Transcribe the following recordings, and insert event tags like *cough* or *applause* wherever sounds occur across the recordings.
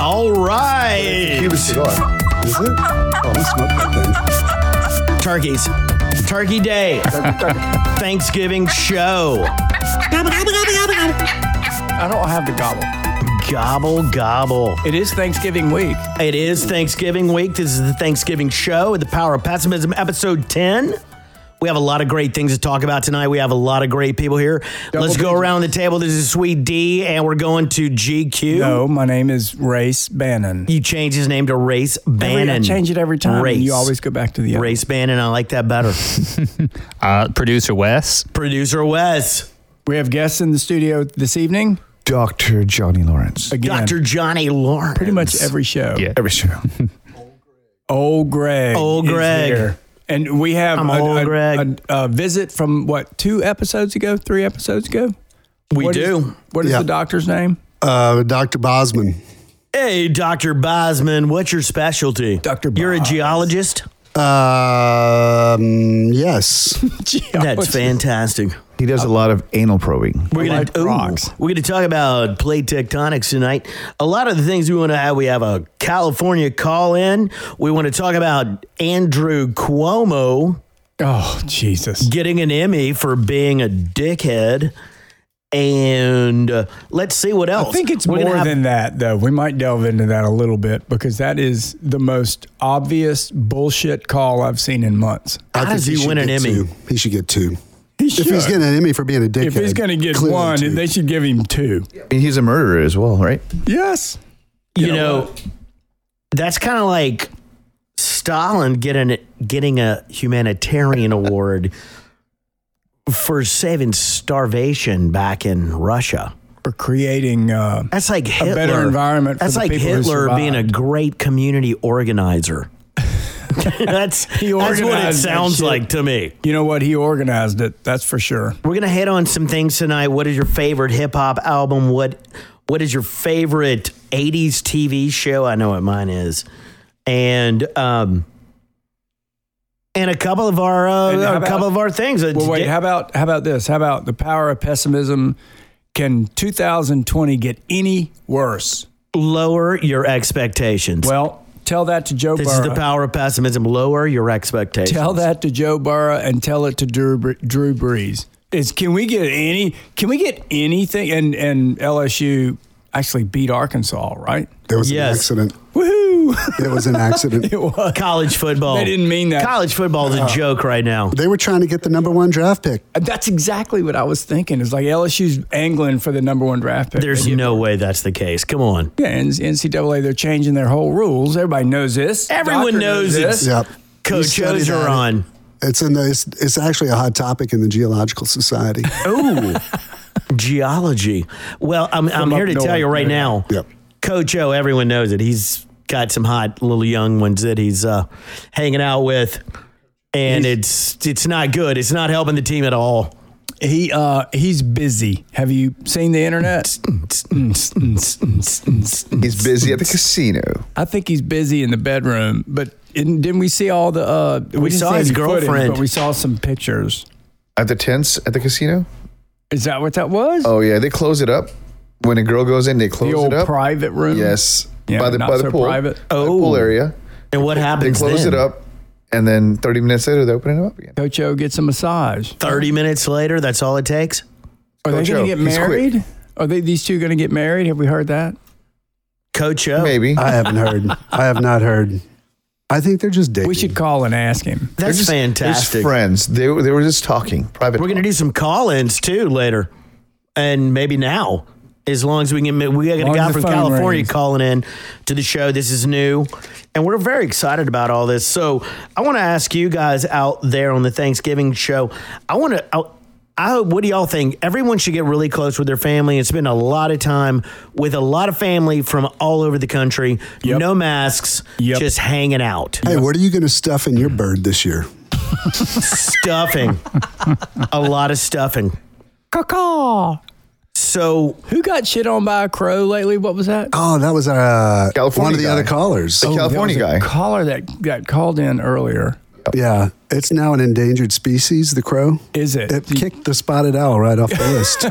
All right. Cuban cigar. Is it? Oh, we smoked that Turkeys. Turkey Day. Thanksgiving show. I don't have the gobble. Gobble, gobble. It is Thanksgiving week. It is Thanksgiving week. This is the Thanksgiving show at the Power of Pessimism, episode 10. We have a lot of great things to talk about tonight. We have a lot of great people here. Let's go digits. around the table. This is Sweet D, and we're going to GQ. No, Oh, my name is Race Bannon. You change his name to Race Bannon. Every, I change it every time. and Race. you always go back to the other. Race Bannon. I like that better. Uh, producer Wes. Producer Wes. We have guests in the studio this evening. Dr. Johnny Lawrence. Again, Dr. Johnny Lawrence. pretty much every show. Yeah. Every show. Old Greg. Old is Greg. here. And we have I'm a, old a- Greg. a- a visit from what, two episodes ago, three episodes ago? We What is- do. what is Yeah. the doctor's name? *laughs* Uh, Dr. Bosman. hey, Dr. Bosman, what's your specialty? Dr. You're a Bos. geologist? Um, yes. Oh, That's fantastic. He does a lot of anal probing. We're gonna like rocks. We're gonna talk about plate tectonics tonight. A lot of the things we want to have. We have a California call in. We want to talk about Andrew Cuomo Oh, Jesus. getting an Emmy for being a dickhead, and uh, let's see what else. I think it's We're gonna more have- than that, though. We might delve into that a little bit because that is the most obvious bullshit call I've seen in months. *laughs* How I think does he should win an get Emmy? Two. He should get two. He If he's getting an Emmy for being a dickhead, if he's going to get clearly one, two. they should give him two. And he's a murderer as well, right? Yes. you know, that's kind of like Stalin getting getting a humanitarian award for saving starvation back in Russia. For creating. Uh, That's like Hitler. better environment for That's the like people who Hitler being a survived. great community *laughs* organizer. that's that's what it organized that sounds shit. like to me. you know what? He organized it. That's for sure. We're gonna hit on some things tonight. What is your favorite hip hop album? What What is your favorite '80s TV show? I know what mine is, and um, and a couple of our uh, And how a couple about- of our things. Well, wait. How about how about this? How about the power of pessimism? Can 2020 get any worse? lower your expectations. Well, tell that to Joe this Burrow. is the power of pessimism. Lower your expectations. Tell that to Joe Burrow and tell it to Drew, Br- Drew Brees. Is can we get any? Can we get anything? And and LSU actually beat Arkansas, right? there was Yes. an accident. Woohoo! There *laughs* was an accident. it was. *laughs* college football. They didn't mean that. Uh, College football is a joke right now. they were trying to get the number one draft pick. That's exactly what I was thinking. It's like LSU's angling for the number one draft pick. There's no way that's the case. Come on. yeah, and NCAA they're changing their whole rules. Everybody knows this. Everyone Doctor knows this. Yep. He Coach studied O's are at it. on. It's in the. It's, it's actually a hot topic in the Geological Society. Ooh, geology. Well, I'm, I'm up here to tell north, you right yeah. now, Yep. Coach O, everyone knows it. He's got some hot little young ones that he's uh, hanging out with, and it's it's not good. It's not helping the team at all. He uh he's busy. Have you seen the internet? He's busy at the casino. I think he's busy in the bedroom, but in, didn't we see all the? Uh, we, didn't saw see his any footage, girlfriend. but we saw some pictures. At the tents at the casino? Is that what that was? Oh, yeah. They close it up. When a girl goes in, they close the old it up. private room. Yes. Yeah, by the, not by the so pool. private. By the Oh. pool area. And what They happens? close then? it up. And then 30 minutes later, they open it up again. Coach O gets a massage. Thirty minutes later. That's all it takes. Are Coach they going O, to get he's quick. married? Are they these two going to get married? Have we heard that? Coach O. Maybe. I haven't heard. I have not heard. I think they're just dating. We should call and ask him. That's They're just- They're fantastic. just friends. They, were- they were just talking. Private. We're gonna talk. do some call-ins too later, and maybe now, as long as we can. We got a Long as guy the from phone California rings. calling in to the show. This is new, and we're very excited about all this. So I want to ask you guys out there on the Thanksgiving show. I want to. I, I, what do y'all think? Everyone should get really close with their family and spend a lot of time with a lot of family from all over the country. Yep. No masks, Yep. just hanging out, Hey, what are you going to stuff in your bird this year? *laughs* stuffing, a lot of stuffing. Caw-caw. So Who got shit on by a crow lately? What was that? Oh, that was uh, California one of the guy. other callers. The Oh, That was California a guy. caller that got called in earlier. Oh, yeah, it's now an endangered species. The crow. Is it? It kicked the spotted owl right *laughs* off the list.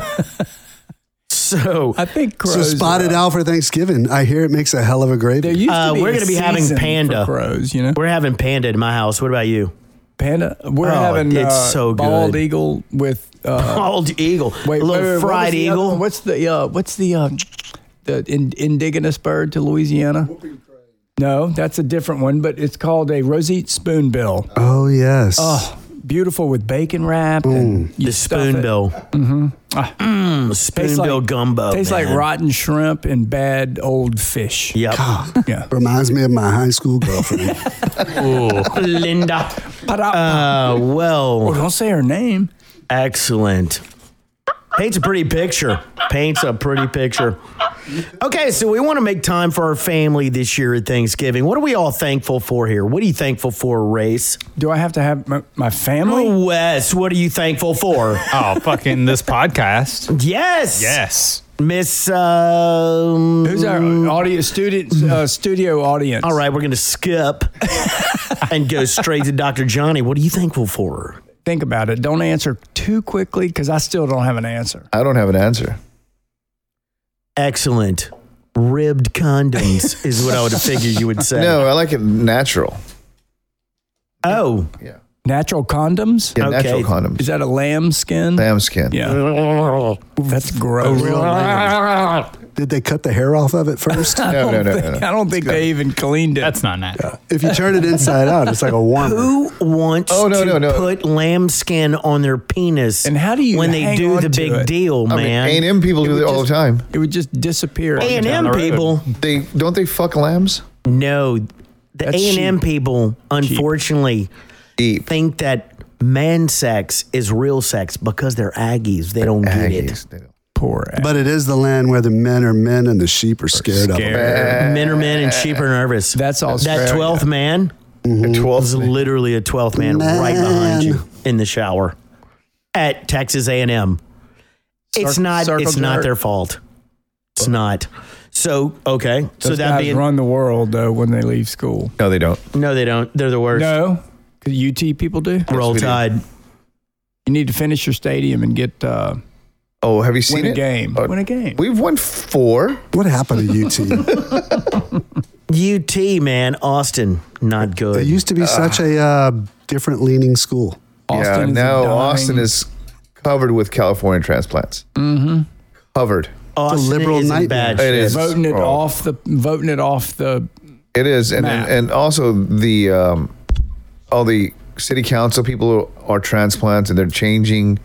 so I think crows. so spotted are- owl for Thanksgiving. I hear it makes a hell of a There gravy. used to Uh, be we're a gonna be having season for panda. crows. You know, we're having panda at my house. What about you? panda. We're Oh, having it's uh, so bald good. eagle with *laughs* uh, Bald eagle, wait, a wait, little wait, what was fried the other one? eagle. What's the uh, what's the um, the in, indigenous bird to Louisiana? No, that's a different one, but it's called a roseate spoonbill. Oh yes. Oh, beautiful with bacon wrapped. And you The stuff it. Ah. spoonbill. Mm-hmm. spoonbill like- gumbo. Tastes like man. rotten shrimp and bad old fish. Yep. Yeah. Reminds me of my high school girlfriend. *laughs* Linda. Pa-da- Uh, Oh, well, don't say her name. excellent. Paints a pretty picture. Paints a pretty picture. Okay, so we want to make time for our family this year at Thanksgiving. What are we all thankful for here? What are you thankful for, Race? Do I have to have my, my family? Oh, Wes, what are you thankful for? Oh, fucking this podcast. yes. Yes. Miss. Um, Who's our audience student uh, studio audience? all right, we're going to skip and go straight to Dr. Johnny. What are you thankful for? Think about it. Don't answer too quickly because I still don't have an answer. I don't have an answer. Excellent. Ribbed condoms is what I would have figured you would say. No, I like it natural. Oh, Yeah. Natural condoms? Yeah, Okay. natural condoms. *laughs* Is that a lamb skin? Lamb Oh, skin. Yeah. That's gross. Did they cut the hair off of it first? No, no, no, no, *laughs* I *laughs* no. don't think they even cleaned it. That's not natural. if you turn it inside out, it's like a warmer. who wants Oh, to no, no, no. put lambskin on their penis? And how do you when they hang do on the to big it? deal, I mean, man? A&M people do it all the time. it would just disappear. A and down the M road. people, They don't they fuck lambs? no, the That's A and M cheap. people, unfortunately, Deep. think that man sex is real sex because they're Aggies. They don't get it. Aggies, they don't. Poor ass. But it is the land where the men are men and the sheep are scared, of them. Scared. Men are men and sheep are nervous. That's Australia. that twelfth man. The was twelfth. literally a 12th man, right behind you in the shower at Texas A&M. It's Cir- not circle it's not jerk. their fault. It's not. So, okay. so Those that guys being run the world though when they leave school. No, they don't. No, they don't. They're the worst. No, 'Cause UT people do. Roll we do. Tide. You need to finish your stadium and get uh, Oh, have you seen win a it? game. Oh, Win a game. We've won four. What happened to UT? UT, man, Austin, not good. it used to be such a uh, different leaning school. Austin yeah, is now a dying- Austin is covered with California transplants. Mm-hmm. Covered. Austin liberal is in nightmare. bad It shape. is voting it Oh, off the voting it off the. It is, and and, Map. and also the um, all the city council people are transplants, and they're changing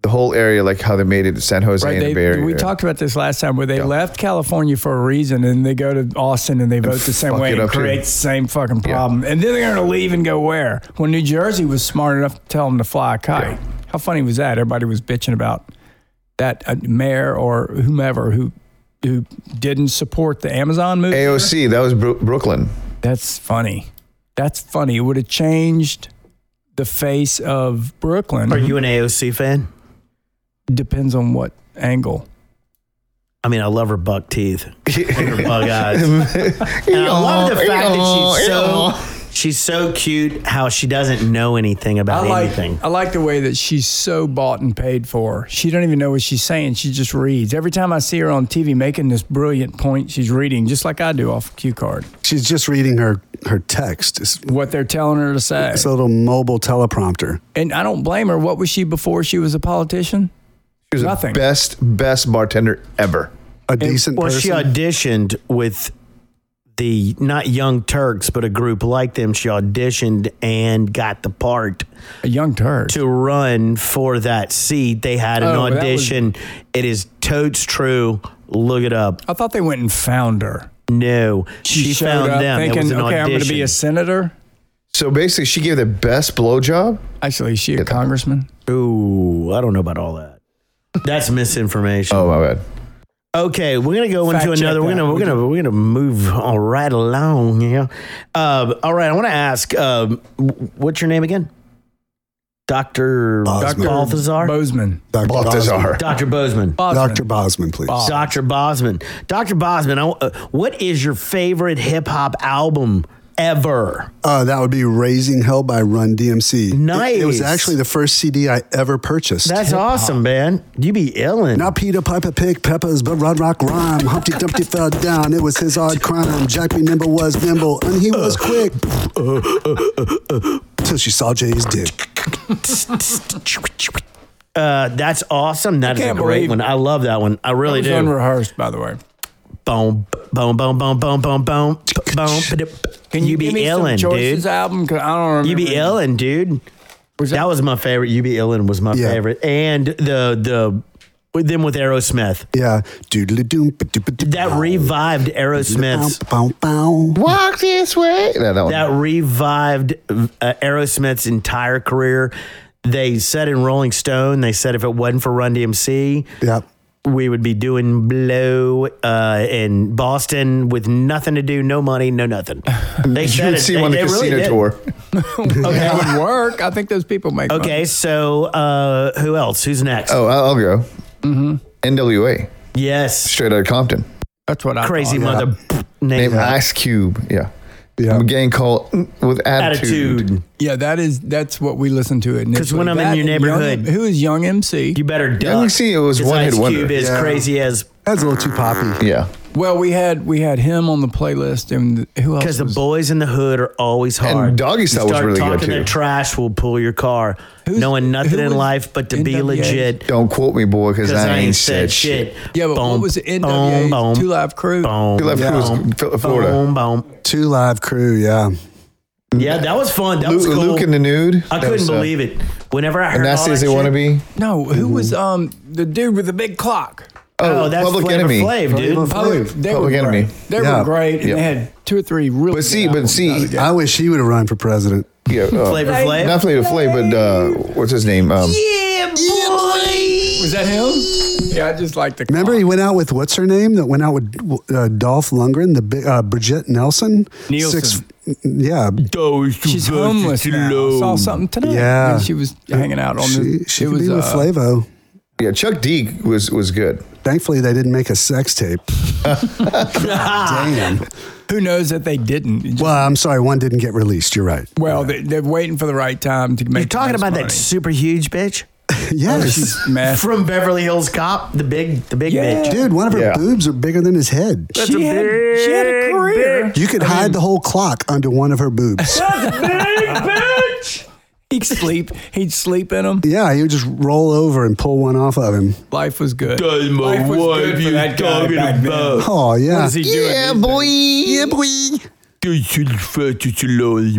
the whole area, like how they made it San Jose Right, and the Bay they, Area. we talked about this last time where they left California for a reason and they go to Austin and they vote the same fuck way it and up too. create the same fucking problem. And then they're going to leave and go where? Well, New Jersey was smart enough to tell them to fly a kite. How funny was that? Everybody was bitching about that uh, mayor or whomever who who didn't support the Amazon movie. AOC, that was Bro- Brooklyn. That's funny. That's funny. It would have changed the face of Brooklyn. Are you an AOC fan? Depends on what angle. I mean, I love her buck teeth, and her bug eyes. And I love the fact that she's so she's so cute. How she doesn't know anything about I like anything. I like the way that she's so bought and paid for. She don't even know what she's saying. She just reads. Every time I see her on TV making this brilliant point, she's reading just like I do off cue card. She's just reading her her text. It's, What they're telling her to say. it's a little mobile teleprompter. and I don't blame her. What was she before she was a politician? She was Nothing. the best best bartender ever. A decent Well, person. she auditioned with the not Young Turks, but a group like them. She auditioned and got the part A young turd. to run for that seat. They had an Oh, that was- audition. It is totes true. Look it up. I thought they went and found her. No, she, showed found up them. thinking, it was an okay, I'm audition. going to be a senator. So basically, she gave the best blowjob. Actually, is she a congressman? Ooh, I don't know about all that. That's misinformation. Oh my bad. Okay, we're gonna go Fact into check another. We're that, gonna we're would gonna we're gonna move all right along. Yeah. Um, all right, I want to ask. Um, w- what's your name again? Dr. Bosman. Balthazar? Bozeman. Dr. Balthazar. Bosman. Dr. Bozeman. Dr. Bosman, please. Dr. Bosman. Dr. Bosman, I, uh, what is your favorite hip hop album ever? Uh, that would be Raising Hell by Run DMC. It- It, Nice. was actually the first CD I ever purchased. That's awesome, man. You be illin'. Now Peter Piper picked peppers, but Rod Rock rhyme. Humpty *laughs* Dumpty fell down. It was his odd crime. Jack B. Nimble was nimble, and he was quick. Till she saw Jay's dick. Uh, that's awesome. That is a can't great believe- one. I love that one. I really It was do. unrehearsed, by the way. boom, boom, boom, boom, boom, boom, boom, boom. Can you, be give me some illin', Choices dude? album? 'Cause I don't remember. You be illin', dude. Was that, was my favorite. You be illin' was my Yeah. favorite, and the the with them with Aerosmith Yeah. that That revived Aerosmith's Walk this way. Yeah, that one. that revived uh, Aerosmith's entire career. They said in Rolling Stone, they said if it wasn't for Run DMC, Yeah. we would be doing blow uh, in Boston with nothing to do, no money, no *laughs* nothing. They you said would it. see they, one on the they really casino did. tour. Okay, it would work. I think those people make. money. Okay, so uh, who else? Who's next? Oh, I'll, I'll go. Mm-hmm. NWA, yes, straight out of Compton. that's what I crazy mother thought. name Oh, Name Ice Cube. Yeah. Yeah. A gang called Mm, with attitude. attitude. Yeah, that is that's what we listen to it. Because when I'm in your neighborhood- who is Young MC? You better duck. me see, it was 'cause one Ice hit wonder. Cube is Yeah. crazy as That's a little too poppy. Yeah. Well, we had we had him on the playlist, and who else? because the was- boys in the hood are always hard. Doggy You Style was start really good, talking too. That trash will pull your car, Who's- knowing nothing who in was life but to be NWA? legit. Don't quote me, boy, because Because I, ain't said shit. Yeah, but what was it? NWA 's Two Live Crew. Boom, Two Live Crew was boom, Phil- Florida. Boom, boom. Two live crew, yeah. Yeah, that was fun. That was Luke, cool. Luke in the nude. I That couldn't was, uh, believe it. Whenever I heard all Nasty that as they shit- want to be. No, who was um the dude with the big clock? Oh, that's Public Flavor Enemy. Flav, dude. Flav. Oh, Dave. they were Public Enemy. great. They Yeah. were great, and Yeah. they had two or three really. But see, good but albums. see, I wish he would have run for president. yeah, uh, Flavor Flav. not Flavor Flav, but uh, what's his name? Um, was that him? Yeah, I just like the. Remember, clock. he went out with what's her name that went out with uh, Dolph Lundgren, the big, uh, Bridget Nelson. Nielsen. yeah, She's homeless now. I saw something tonight. Yeah. when she was hanging out on she the. she it could was be with uh, Flavo. Yeah, Chuck D was was good. Thankfully, they didn't make a sex *laughs* tape. Damn. Who knows that they didn't? It just- Well, I'm sorry, one didn't get released. You're right. Well, they, they're waiting for the right time to make. You're talking about that super huge bitch *laughs* *laughs* Yes. oh, She's mess. from Beverly Hills Cop, the big, the big Yeah. bitch. Dude, one of her Yeah. boobs are bigger than his head. a she, had, she had a big career. You could hide the whole clock under one of her boobs. He'd sleep. He'd sleep in them. yeah, you would just roll over and pull one off of him. Life was good. Life was good for that guy back then. Oh, yeah. What is he doing? Yeah, boy. Yeah, boy.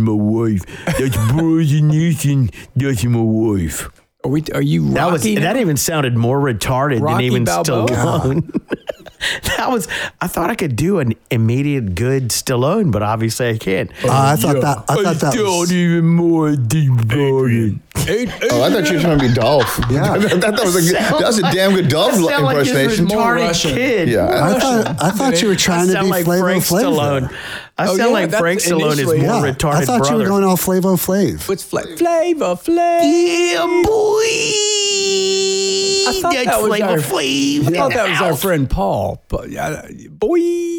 my wife. That's Bruce Newton. That's my wife. Are we? Are you That was Rocky? that even sounded more retarded Rocky than even Balboa? Stallone. *laughs* that was I thought I could do an immediate good Stallone, but obviously I can't. Uh, I thought that. I thought that was. even more deep-bodied. Oh, I thought you were trying to be Dolph. Yeah. *laughs* I thought that was a good, that was a damn good Dolph That sound like this impersonation. more retarded Russian. kid. yeah, I thought. I thought you were trying I to be sound like Flavo Frank Flav. Stallone. I Oh, sound yeah, like that's Frank Stallone is more initially- Yeah, retarded I thought brother. you were going all Flavo Flav. What's fla- flavor? Flavor. yeah, boy. I thought that was Flavor our- Flav I in thought the that was our house. friend Paul. But uh, boy,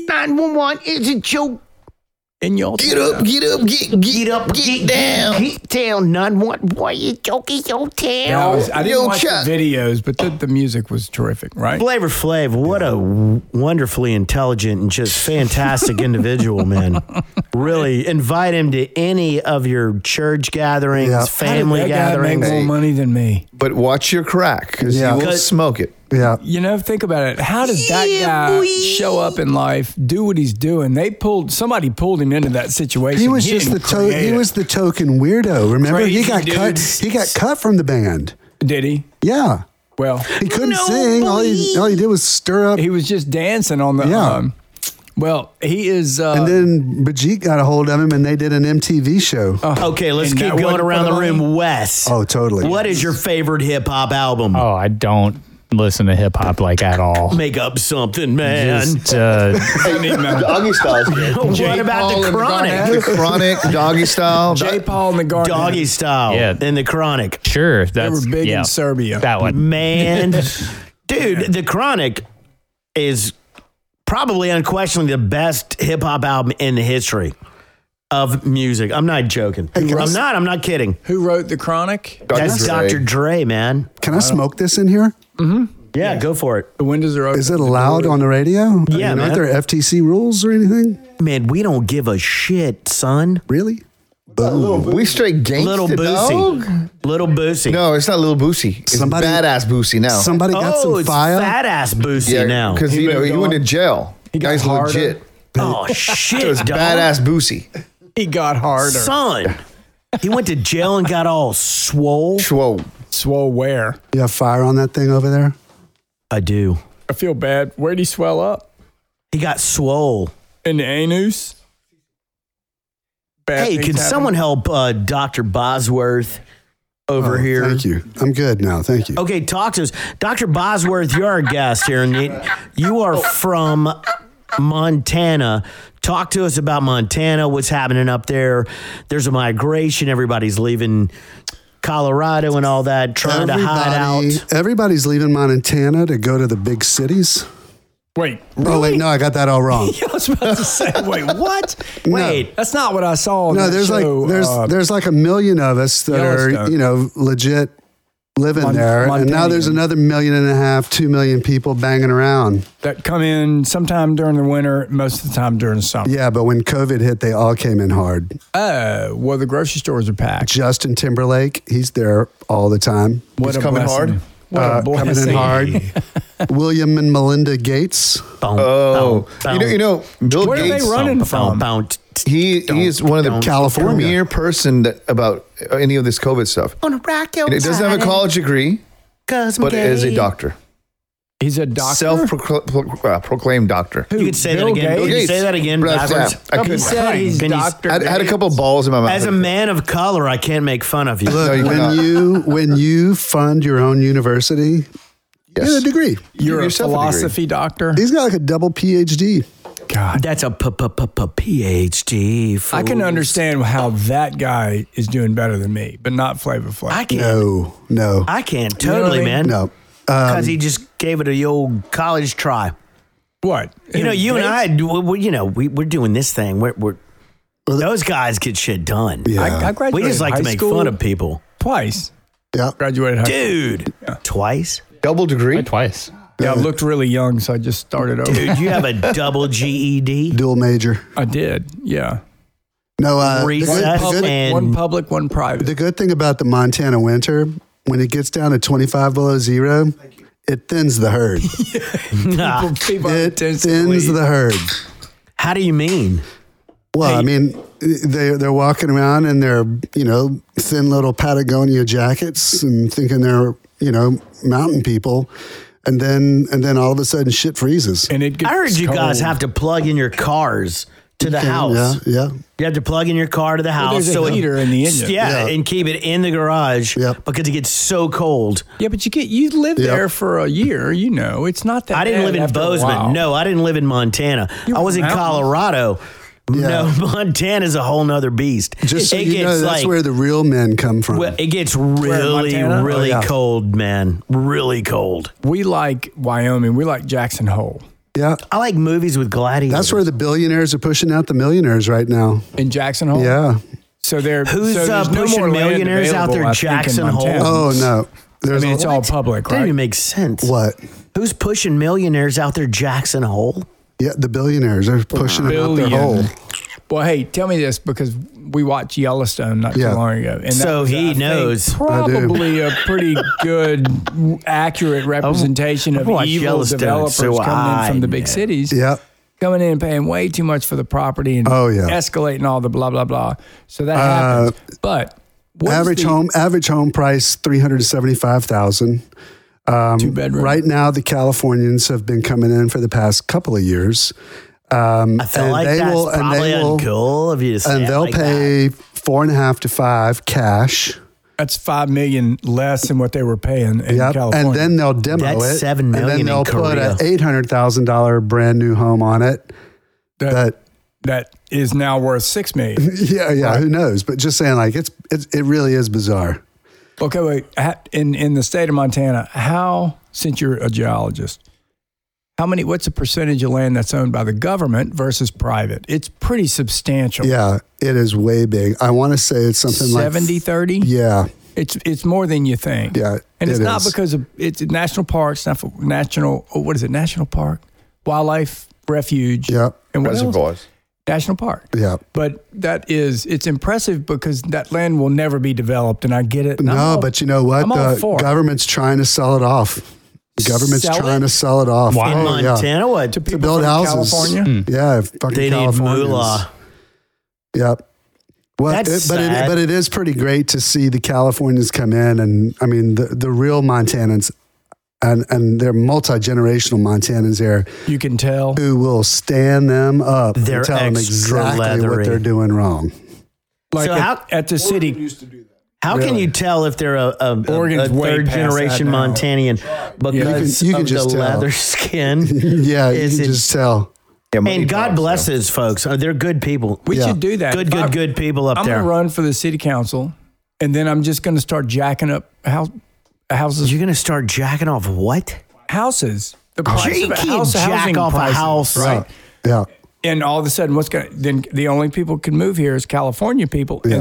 911 is a joke. in your get up, get up, get get up, get down. Heat town, 911, boy, you joke is your Yeah, I, town. was, I didn't Yo, watch Chuck. the videos, but the, the music was terrific, right? Flavor Flav, what a w- wonderfully intelligent and just fantastic individual, *laughs* man. Really, invite him to any of your church gatherings, Yeah. family that guy made gatherings. more money than me. But watch your crack, because Yeah. you will 'Cause- smoke *laughs* it. Yeah. You know, think about it. How does that Yeah, guy boy. show up in life, do what he's doing? They pulled somebody pulled him into that situation. He was just the didn't to- create he it. was the token weirdo. Remember, he Crazy got cut. dude. He got cut from the band. did he? Yeah, Well, he couldn't No, sing. All he boy. all he did was stir up. he was just dancing on the. Yeah. Um, well, he is. Uh, and then Bajit got a hold of him, and they did an MTV show. Okay, let's And keep that going wasn't around for the the room. Wes, oh, totally. what is your favorite hip hop album? Oh, I don't listen to hip hop like at all. Make up something, man. Just, uh, Doggy style's good. what about the chronic? The chronic doggy style. J. Paul and the Garden. Doggy style Yeah. and the chronic. sure, They were that's big yeah, in Serbia. That one. Man, dude, the chronic is probably unquestionably the best hip hop album in the history of music. I'm not joking. I'm guys. not. I'm not kidding. Who wrote the Chronic? That's Dr. Dre, man. Can I smoke this in here? Yeah, go for it. The windows are open. Is it allowed on the radio? Yeah, I mean, man. aren't there FTC rules or anything? Man, we don't give a shit, son. Really? We straight gangsta Little dog? Boosie. Little Boosie. No, it's not little Boosie. It's Somebody- badass Boosie now. Somebody got Oh, some it's fire. fat ass Boosie now. because you know he went to jail. got Guy's harder. legit. Oh shit, It's dog. badass Boosie. He got harder. son. He went to jail and got all swole. Whoa. swell where? You have fire on that thing over there? I do. I feel bad. Where'd he swell up? He got swole. In the anus? Bad Hey, things could happen. someone help uh, Dr. Bosworth over Oh, here? Thank you. I'm good now. Thank you. Okay, talk to us. Dr. Bosworth, you're our guest here. And you- you are from Montana. Talk to us about Montana, what's happening up there. There's a migration, everybody's leaving Colorado and all that, trying to hide out. Everybody's leaving Montana to go to the big cities. Wait. Oh wait, no, I got that all wrong. *laughs* I was about to say, wait, what? Wait, That's not what I saw. on No, that there's show, like there's uh, there's like a million of us that are Yellowstone. you know legit living Mon- there, and now there's Montanian. another million and a half, two million people banging around. that come in sometime during the winter, most of the time during summer. Yeah, but when COVID hit, they all came in hard. Uh, well, the grocery stores are packed. Justin Timberlake, he's there all the time. What a coming blessing. hard? What Uh, a coming in blessing. hard. William and Melinda Gates. Boom, Oh, boom, you know, you know, Bill Where are they Gates. running boom, from? boom, t- t- He he is one of the don't- California. premier person that about any of this COVID stuff. On a rock your And it doesn't have a body, college degree, 'cause I'm but it is a gay. doctor, He's a doctor. self-proclaimed doctor. You could say Bill that again. Gates? Could you say that again Bless backwards? him. I Can you couldn't. say he's can you- Dr. I had a couple balls in my mouth. As a man of color, I can't make fun of you. Look, you when cannot. you when you fund your own university, get Yes. a degree. You're a yourself a degree. philosophy doctor. He's got like a double PhD. God. That's a p- p- p- PhD. Fool. I can understand how that guy is doing better than me, but not Flavor Flav. I can't. No, no, I can't know what totally, I mean? man. no. Uh, because he just gave it a old college try. what? You know, you and I, we, we, you know, we, we're doing this thing. We're, we're those guys get shit done. I, I we graduated just like high to make school fun of people, twice. Yeah. Graduated high dude. Twice, double degree. Twice. Yeah, I looked really young, so I just started over. dude. You *laughs* have a double E GED. Dual major. I did. Yeah. No, uh, the, good, Recess the, good, and- one public, one private. the good thing about the Montana winter, when it gets down to 25 below zero, it thins the *laughs* herd. Nah. People are It intense thins to leave. the herd. How do you mean? Well, I mean, they they're walking around in their you know thin little Patagonia jackets and thinking they're you know mountain people, and then and then all of a sudden shit freezes. and it gets I heard you cold. guys have to plug in your cars to the house. Yeah, yeah. You have to plug in your car to the house. there's a it- heater in the engine. Yeah, Yeah. and keep it in the garage Yep. because it gets so cold. Yeah, but you get you live Yep. there for a year. You know, it's not that. I didn't bad live in after a while. Bozeman. No, I didn't live in Montana. You I were was in mountains. Colorado. No, *laughs* Montana's a whole nother beast. Just so you know, that's where the real men come from. well, it gets really, Montana? Oh, really yeah. cold, man. Really cold. we like Wyoming. We like Jackson Hole yeah, I like movies with gladiators. that's where the billionaires are pushing out the millionaires right now. in Jackson Hole. Yeah. So there. Who's, so uh, there's no pushing more land millionaires out available, there, I think, in Jackson Hole? Montana. Oh no, I there's mean, it's all public, that doesn't even right? make sense. what? Who's pushing millionaires out there, Jackson Hole? Yeah, the billionaires are pushing them out their hole. Billion. Well, hey, tell me this because we watched Yellowstone not Yeah. too long ago, and that So was, he I think, knows. I do. probably a pretty good, accurate representation I've of Oh, watched evil Yellowstone, developers so coming in I from the big know. cities. Yeah. coming in and paying way too much for the property and Oh, yeah. Uh, escalating all the blah blah blah. So that happens. But what is average the home average home price three hundred seventy five thousand. two bedroom Right now, the Californians have been coming in for the past couple of years, I feel And like they that's will- and probably they will- uncool of you to say and it they'll like that. pay four and a half to five cash That's five million less than what they were paying in Yep. California. And then they'll demo That's it. seven and million then in they'll put Korea. an eight hundred thousand dollar brand new home on it. *laughs* that, That that is now worth six million. yeah, yeah. Who knows? But just saying, like it's it, it really is bizarre. Okay, wait. ha- In in the state of Montana, how since you're a geologist, how many? What's the percentage of land that's owned by the government versus private? It's pretty substantial. Yeah, it is way big. I want to say it's something like 70 30 Yeah, it's it's more than you think Yeah, and it's it not is. because of it's a national parks not for national oh, what is it national park wildlife refuge Yeah. and what else? Reservoirs. national park yeah. but that is it's impressive because that land will never be developed and i get it and I'm No, all- but you know what? I'm all the for it. government's trying to sell it off. The government's Sell trying to it? sell it off. in Oh, yeah. Montana, what? Hmm. to people build from houses. california Yeah, fucking They need Californians. moolah. Yep. Well, That's it- but sad. it but it is pretty great to see the Californians come in, and I mean the the real Montanans, and and they're multi generational Montanans there you can tell who will stand them up They're and tell them extra exactly leathery. what they're doing wrong. like So at, how- at the city How can you tell if they're a, a, a, a Oregon's way third past generation that now. Montanian because You can- you can of just the tell. *laughs* leather skin? Yeah, you Is can it- just tell. Yeah, money and God talks, bless so. those folks. Uh, They're good people. we Yeah. should do that good, If I- good, good people up i'm there. gonna run for the city council and then i'm just gonna start jacking up house, houses You're gonna start jacking off what? houses. The price Oh, You of a can't house, jack housing off a prices, house. right? Uh, Yeah, And all of a sudden, what's going? to Then the only people can move here is California people, and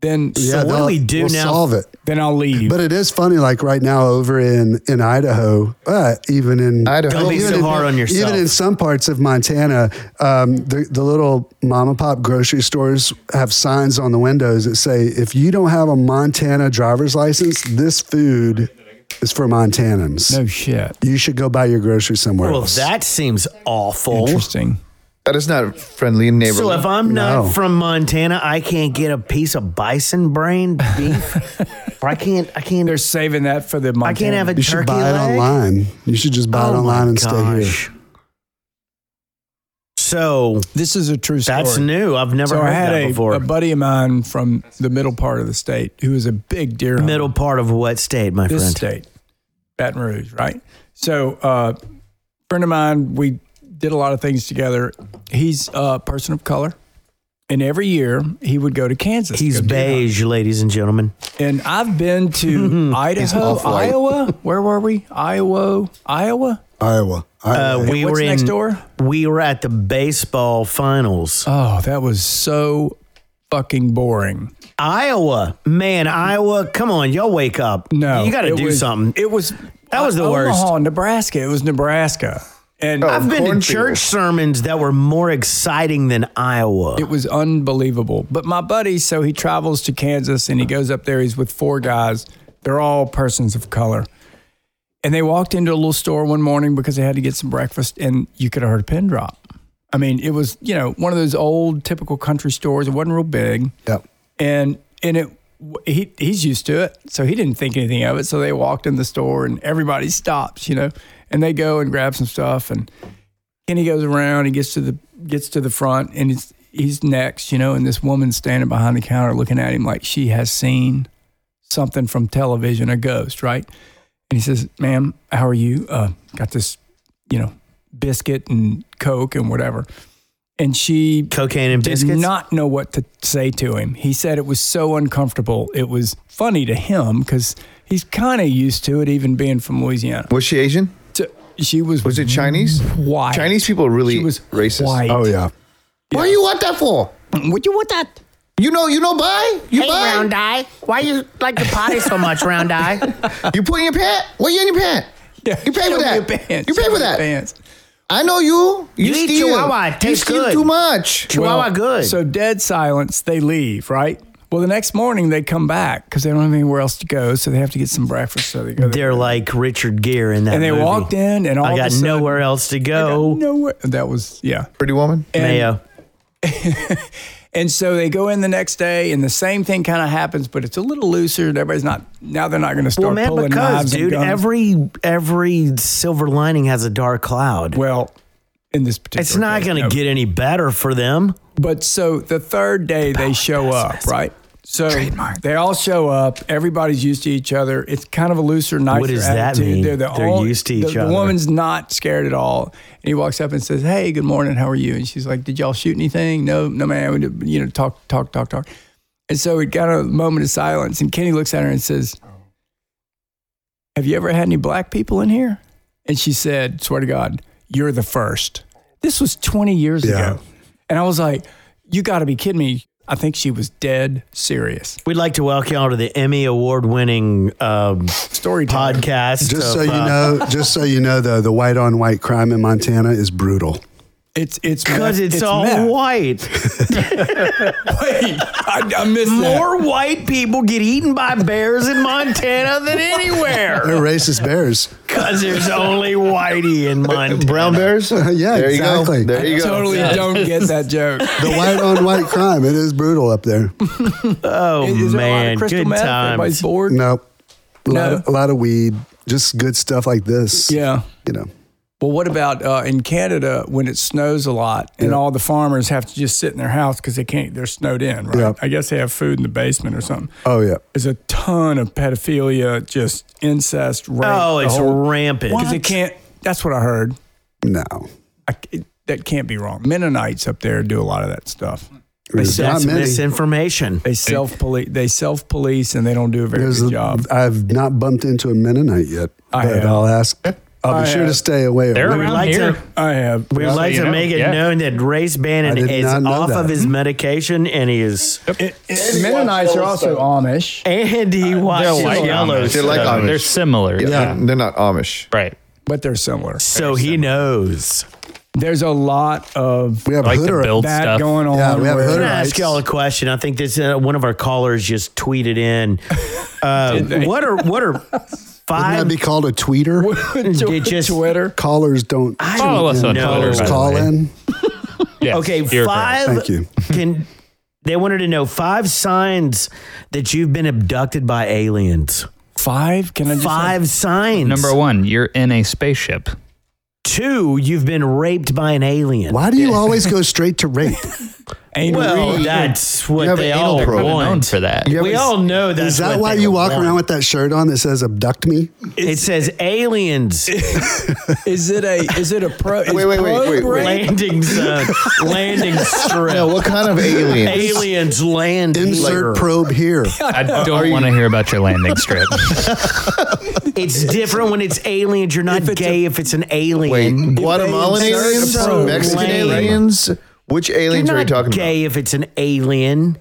then yeah. what do they'll- we do we'll now? Solve it. then I'll leave. But it is funny, like right now over in in Idaho, uh, even in Idaho. Don't be even so in- hard on yourself. Even in some parts of Montana, um, the the little mom and pop grocery stores have signs on the windows that say, "If you don't have a Montana driver's license, this food is for Montanans. no shit. You should go buy your groceries somewhere Well, else." that seems awful. Interesting. That is not friendly and neighborly. So if I'm No. not from Montana, I can't get a piece of bison brain *laughs* beef, or I can't. I can't. They're saving that for the. I Montana. can't have a turkey you should buy it leg? online. You should just buy it Oh my online and stay here. gosh. So This is a true story. that's new. I've never So heard I had that a, before. a buddy of mine from the middle part of the state who is a big deer hunter. Middle part of what state, my this friend? state, Baton Rouge, right? So, uh, friend of mine, we did a lot of things together. He's a person of color, and every year he would go to Kansas. to He's go deer hunting. beige, ladies and gentlemen. and I've *laughs* been to Idaho, off-white. Iowa. Where were we? Iowa, Iowa. Iowa. Iowa. Uh, we what's were in next door? We were at the baseball finals. Oh, that was so fucking boring. Iowa, man, Iowa. Come on, y'all wake up. No, you got to it do was- something. It was That was the Omaha, Nebraska. It was Nebraska, and Oh. I've been to cornfield. church sermons that were more exciting than Iowa. It was unbelievable. But my buddy, so he travels to Kansas and he goes up there. He's with four guys. They're all persons of color. And they walked into a little store one morning because they had to get some breakfast and you could have heard a pin drop. I mean, it was, you know, one of those old typical country stores. It wasn't real big. Yep. And and it he he's used to it. So he didn't think anything of it. So they walked in the store and everybody stops, you know. And they go and grab some stuff and Kenny goes around, he gets to the gets to the front and he's he's next, you know, and this woman's standing behind the counter looking at him like she has seen something from television, a ghost, right? And he says, Ma'am, how are you? Uh, got this, you know, biscuit and coke and whatever. And she Cocaine and did biscuits. not know what to say to him. He said it was so uncomfortable. It was funny to him because he's kind of used to it, even being from Louisiana. was she Asian? So she was Was it Chinese? white. Chinese people are really She was racist. White. Oh yeah. What do you want that for? Would you want that? You know, you know, buy. You Hey, buy. round eye. Why you like to potty so much, round eye? You put in your pant. What you in your pant? Yeah, You pay show for me that. your Pants. You pay Show for me your that. Pants. I know you. You, eat steal. Chihuahua, it You tastes steal good. too *laughs* much. Chihuahua good. So dead silence. They leave, right? Well, the next morning they come back because they don't have anywhere else to go, so they have to get some breakfast. So they go. there. They're like Richard Gere in that. And they movie. walked in, and all I of a got sudden- nowhere else to I got go. nowhere. That was yeah. Pretty woman. Mayo. And so they go in the next day, and the same thing kind of happens, but it's a little looser. And everybody's not now. They're not going to start Well, man, pulling because knives and dude, guns. every every silver lining has a dark cloud. well, in this particular, it's not case, going to no. get any better for them. But so the third day they show up, right? So they all show up. Everybody's used to each other. It's kind of a looser, nicer does that attitude. mean? They're, the They're only- used to each the, other. The woman's not scared at all. And he walks up and says, "Hey, good morning. How are you?" And she's like, "Did y'all shoot anything?" No, no, man. We did, you know, talk, talk, talk, talk. And so we got a moment of silence. And Kenny looks at her and says, "Have you ever had any black people in here?" And she said, "Swear to God, you're the first. This was 20 years Yeah. ago." And I was like, "You got to be kidding me." I think she was dead serious. We'd like to welcome y'all to the Emmy award winning um, Story time. podcast. Just so of, you uh, know, just so you know, though, the white on white crime in Montana is brutal. It's it's Because meth- it's, all meth. white. *laughs* Wait, I, I missed that. More white people get eaten by bears in Montana than anywhere. *laughs* They're racist bears. *laughs* Because there's only whitey in Montana. Brown bears? *laughs* Yeah, there exactly. You go. There you go. Totally don't get *laughs* that joke. The white on white crime, it is brutal up there. Oh, Is- is there a lot of man. crystal Good meth? Everybody's times. bored. No, a, lot No. of, a lot of weed, just good stuff like this. Yeah. you know. Well, what about uh, in Canada when it snows a lot and all the farmers have to just sit in their house because they can't? They're snowed in, right? Yeah. I guess they have food in the basement or something. Oh yeah, There's a ton of pedophilia, just incest, rape. Oh, the it's whole- rampant. because they can't. That's what I heard. no, I, it, that can't be wrong. Mennonites up there do a lot of that stuff. there's not That's many. misinformation. They self police. They self police, and they don't do a very There's good a- job. I've not bumped into a Mennonite yet, I but have. I'll ask. I'll be I sure to have. stay away. They're We'd around like here. to, I have. we'd like you to know, make it yeah. known that Race Bannon I did is not know off that. of his medication and he is It, it, Mennonites are also Amish. and he watches like yellow. Amish. They're like stuff. Amish. They're similar. Yeah, they're not Amish. Right. but they're similar. So he knows. There's a lot of We have Like the hooder- build that stuff. going on. Yeah, we have where- I'm hood- gonna ask Rights. y'all a question. I think this uh, one of our callers just tweeted *laughs* in. Uh, they? what are what are Wouldn't that five? be called a tweeter? It just- *laughs* Twitter. Callers don't Follow us on No. Twitter. by the call way. in. Yes, okay, you're correct. five. Thank you. Can they wanted to know five signs that you've been abducted by aliens? Five? Can I just Five signs. Number one, you're in a spaceship. two, you've been raped by an alien. Why do you always go straight to rape? Say, anal Well, read? that's You what have they an all anal probe. Known want. for that. You have we a- all know that's Is that what why they you walk want. around with that shirt on that says "abduct me"? It says aliens *laughs* is it a is it a pro? Is Wait, wait, wait, pro wait, wait. rape- landing zone, landing strip. No, what kind of aliens? *laughs* aliens land here. Insert probe here. I don't want to hear about your landing strip. It's different when it's aliens. You're not If it's gay if it's an alien. Wait, You're Guatemalan insert aliens? a probe. Mexican Lame. aliens? Which aliens not are we talking gay if it's an alien.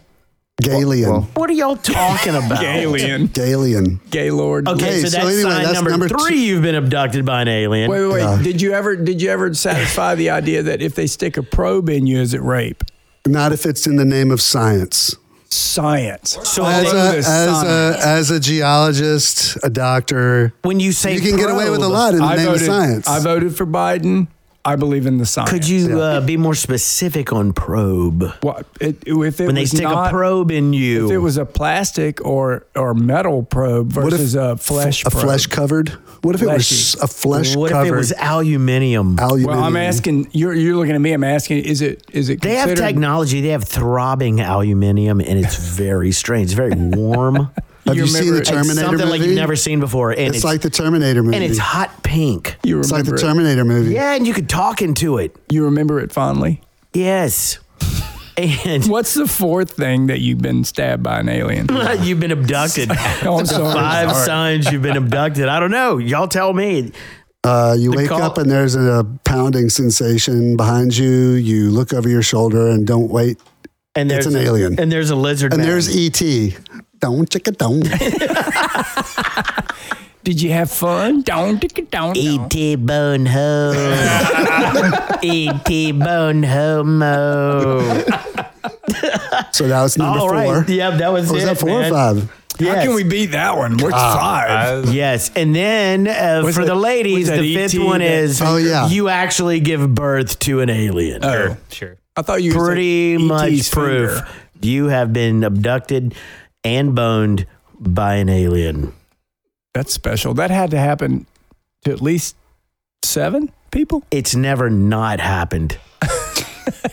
Galian. well- What are y'all talking about? Alien, Galian. Gaylord. Okay, Hey, so so that's anyway, sign that's number, number two. three. You've been abducted by an alien. Wait, wait, wait. Did you ever did you ever satisfy the idea that if they stick a probe in you, is it rape? Not if it's in the name of science. Science. So As they- a, the as, a, as a geologist, a doctor, when you say you can get away with a probe, lot in the I name voted. of science. I voted for Biden. I believe in the science. Could you uh, be more specific on probe? What it, if it When they was stick not, a probe in you, If it was a plastic or or metal probe What if versus a flesh a probe. flesh covered? What if it was Fleshy. a flesh what covered? if it was aluminium? aluminium? Well, I'm asking. You're you're looking at me. I'm asking. Is it is it They have considered- technology. They have throbbing aluminium, and *laughs* it's very strange. It's very warm. Have you, you seen the *laughs* remember- Terminator it's something movie? like you've never seen before, and it's, it's, like the Terminator movie. and it's hot pink. You remember It's like the it. Terminator movie. Yeah, and you could talk into it. You remember it fondly. Yes, *laughs* and What's the fourth thing that you've been stabbed by an alien? *laughs* you've been *laughs* abducted. Oh, I'm sorry. Five Sorry. signs you've been abducted. I don't know. Y'all tell me. Uh, you wake call- up and there's a pounding sensation behind you. You look over your shoulder and don't wait. And It's there's an alien. And there's a lizard. And man. there's ET. Don't chicka don't. Did you have fun? Don't don't. don't. E.T. E Bone Homo. E.T. Bone Homo. So that *laughs* was number All right. four. Yep, that was Oh, Or was it, that four man. or five? Yes. How can we beat that one? What's Ah, five? Yes, and then uh, Was for it- the was ladies, that E the ET fifth one that- is Oh, yeah. you actually give birth to an alien. Oh, sure. I thought you Pretty said ET's much proof E finger. you have been abducted and boned by an alien. That's special. That had to happen to at least seven people. *laughs* It's never not happened.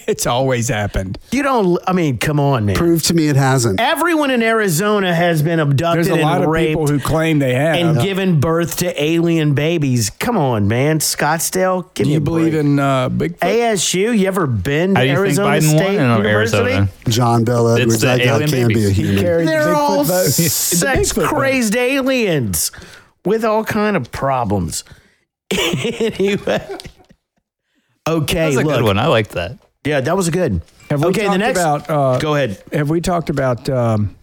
it's always happened. You don't. I mean, come on, man. Prove to me it hasn't. Everyone in Arizona has been abducted There's a lot and of raped people who claim they have. *laughs* and given birth to alien babies. Come on, man. Scottsdale, give Do me you a break. believe in uh, Bigfoot? ASU? You ever been to How do you think Arizona Biden State won? No, University? Arizona. John Bell It's Edwards, the that guy can alien be a babies. He human. carried the They're Bigfoot all vote. The sex Bigfoot vote. crazed aliens with all kind of problems. *laughs* anyway. Okay, That's a look. good one. I liked that. Yeah, that was good. Have we okay, talked the next. about? Uh, go ahead. Have we talked about um,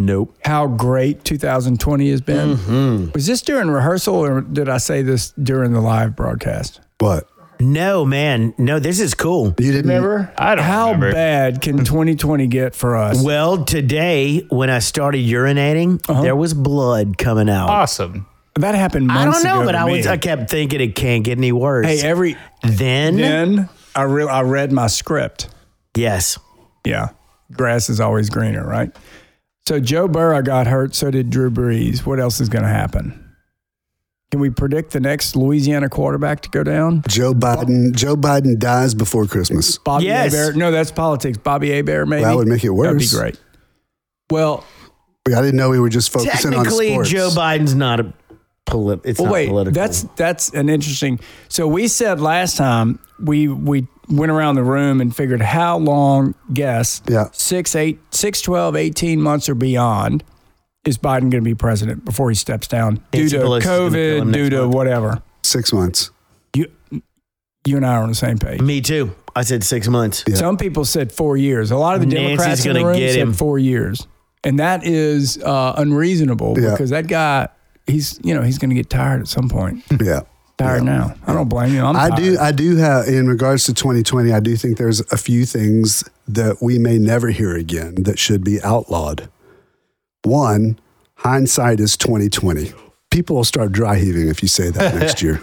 Nope. how great 2020 has been? Mm-hmm. Was this during rehearsal, or did I say this during the live broadcast? What? No, man. No, this is cool. You didn't Remember? I don't How remember. bad can 2020 get for us? Well, today when I started urinating, there was blood coming out. Awesome. That happened. I Months don't know, ago but to I me. was I kept thinking it can't get any worse. Hey, every then, then I re- I read my script. yes. Yeah, grass is always greener, right? So Joe Burrow got hurt. So did Drew Brees. What else is going to happen? Can we predict the next Louisiana quarterback to go down? Joe Biden. Joe Biden dies before Christmas. Bobby Yes. Abear. No, that's politics. Bobby Abear, maybe. That would make it That'd be worse. great. Well, I didn't know we were just focusing on Technically, sports. Joe Biden's not a polit- it's well, not wait. political. That's that's an interesting. So we said last time we we went around the room and figured how long guess Yeah. six eight six twelve eighteen months or beyond is Biden going to be president before he steps down due Nancy to Pelosi's gonna kill him COVID, next due to month. whatever. *laughs* Six months. You you and I are on the same page. me too. I said six months. Some people said four years. A lot of the Nancy's Democrats in the gonna room get said him. four years, and that is uh, unreasonable Yeah. because that guy, he's you know he's going to get tired at some point. Yeah. Tired now. I don't blame you. I'm I tired. do. I do have. In regards to 2020, I do think there's a few things that we may never hear again that should be outlawed. One, hindsight is 2020. People will start dry heaving if you *laughs* say that next year.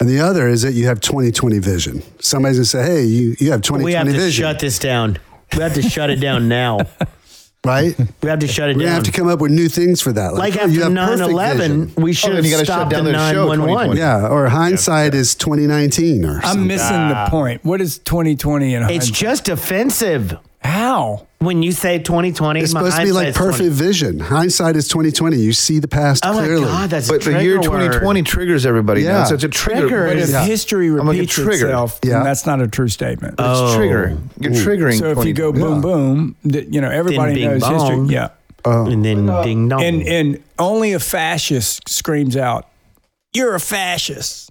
And the other is that you have 2020 vision. Somebody's gonna say, "Hey, you, you have 2020 We have to vision, shut this down. We have to shut it down now. *laughs* right? We're We have to shut it gonna down. have to come up with new things for that. like oh, you after have perfect 9-11, vision. Oh, we should then have you gotta shut stopped down the their show 911. 2020. Yeah, or hindsight is 2019 or I'm something. missing the point. What is 2020 and It's just offensive how? when you say 2020. It's my supposed to be like hindsight's 20. perfect vision. Hindsight is twenty twenty. You see the past Oh my clearly. God, that's a But the year trigger word. 2020 triggers everybody. Yeah, Yeah. now. it's such a trigger. Trigger But It's if Yeah. history I'm like a repeats trigger. itself, then Yeah. that's not a true statement. Uh, triggering. You're triggering. so if you go 2020. boom boom, that you know everybody bing, knows bong. Oh. history. Yeah, and then ding dong. Uh, and and only a fascist screams out, "You're a fascist."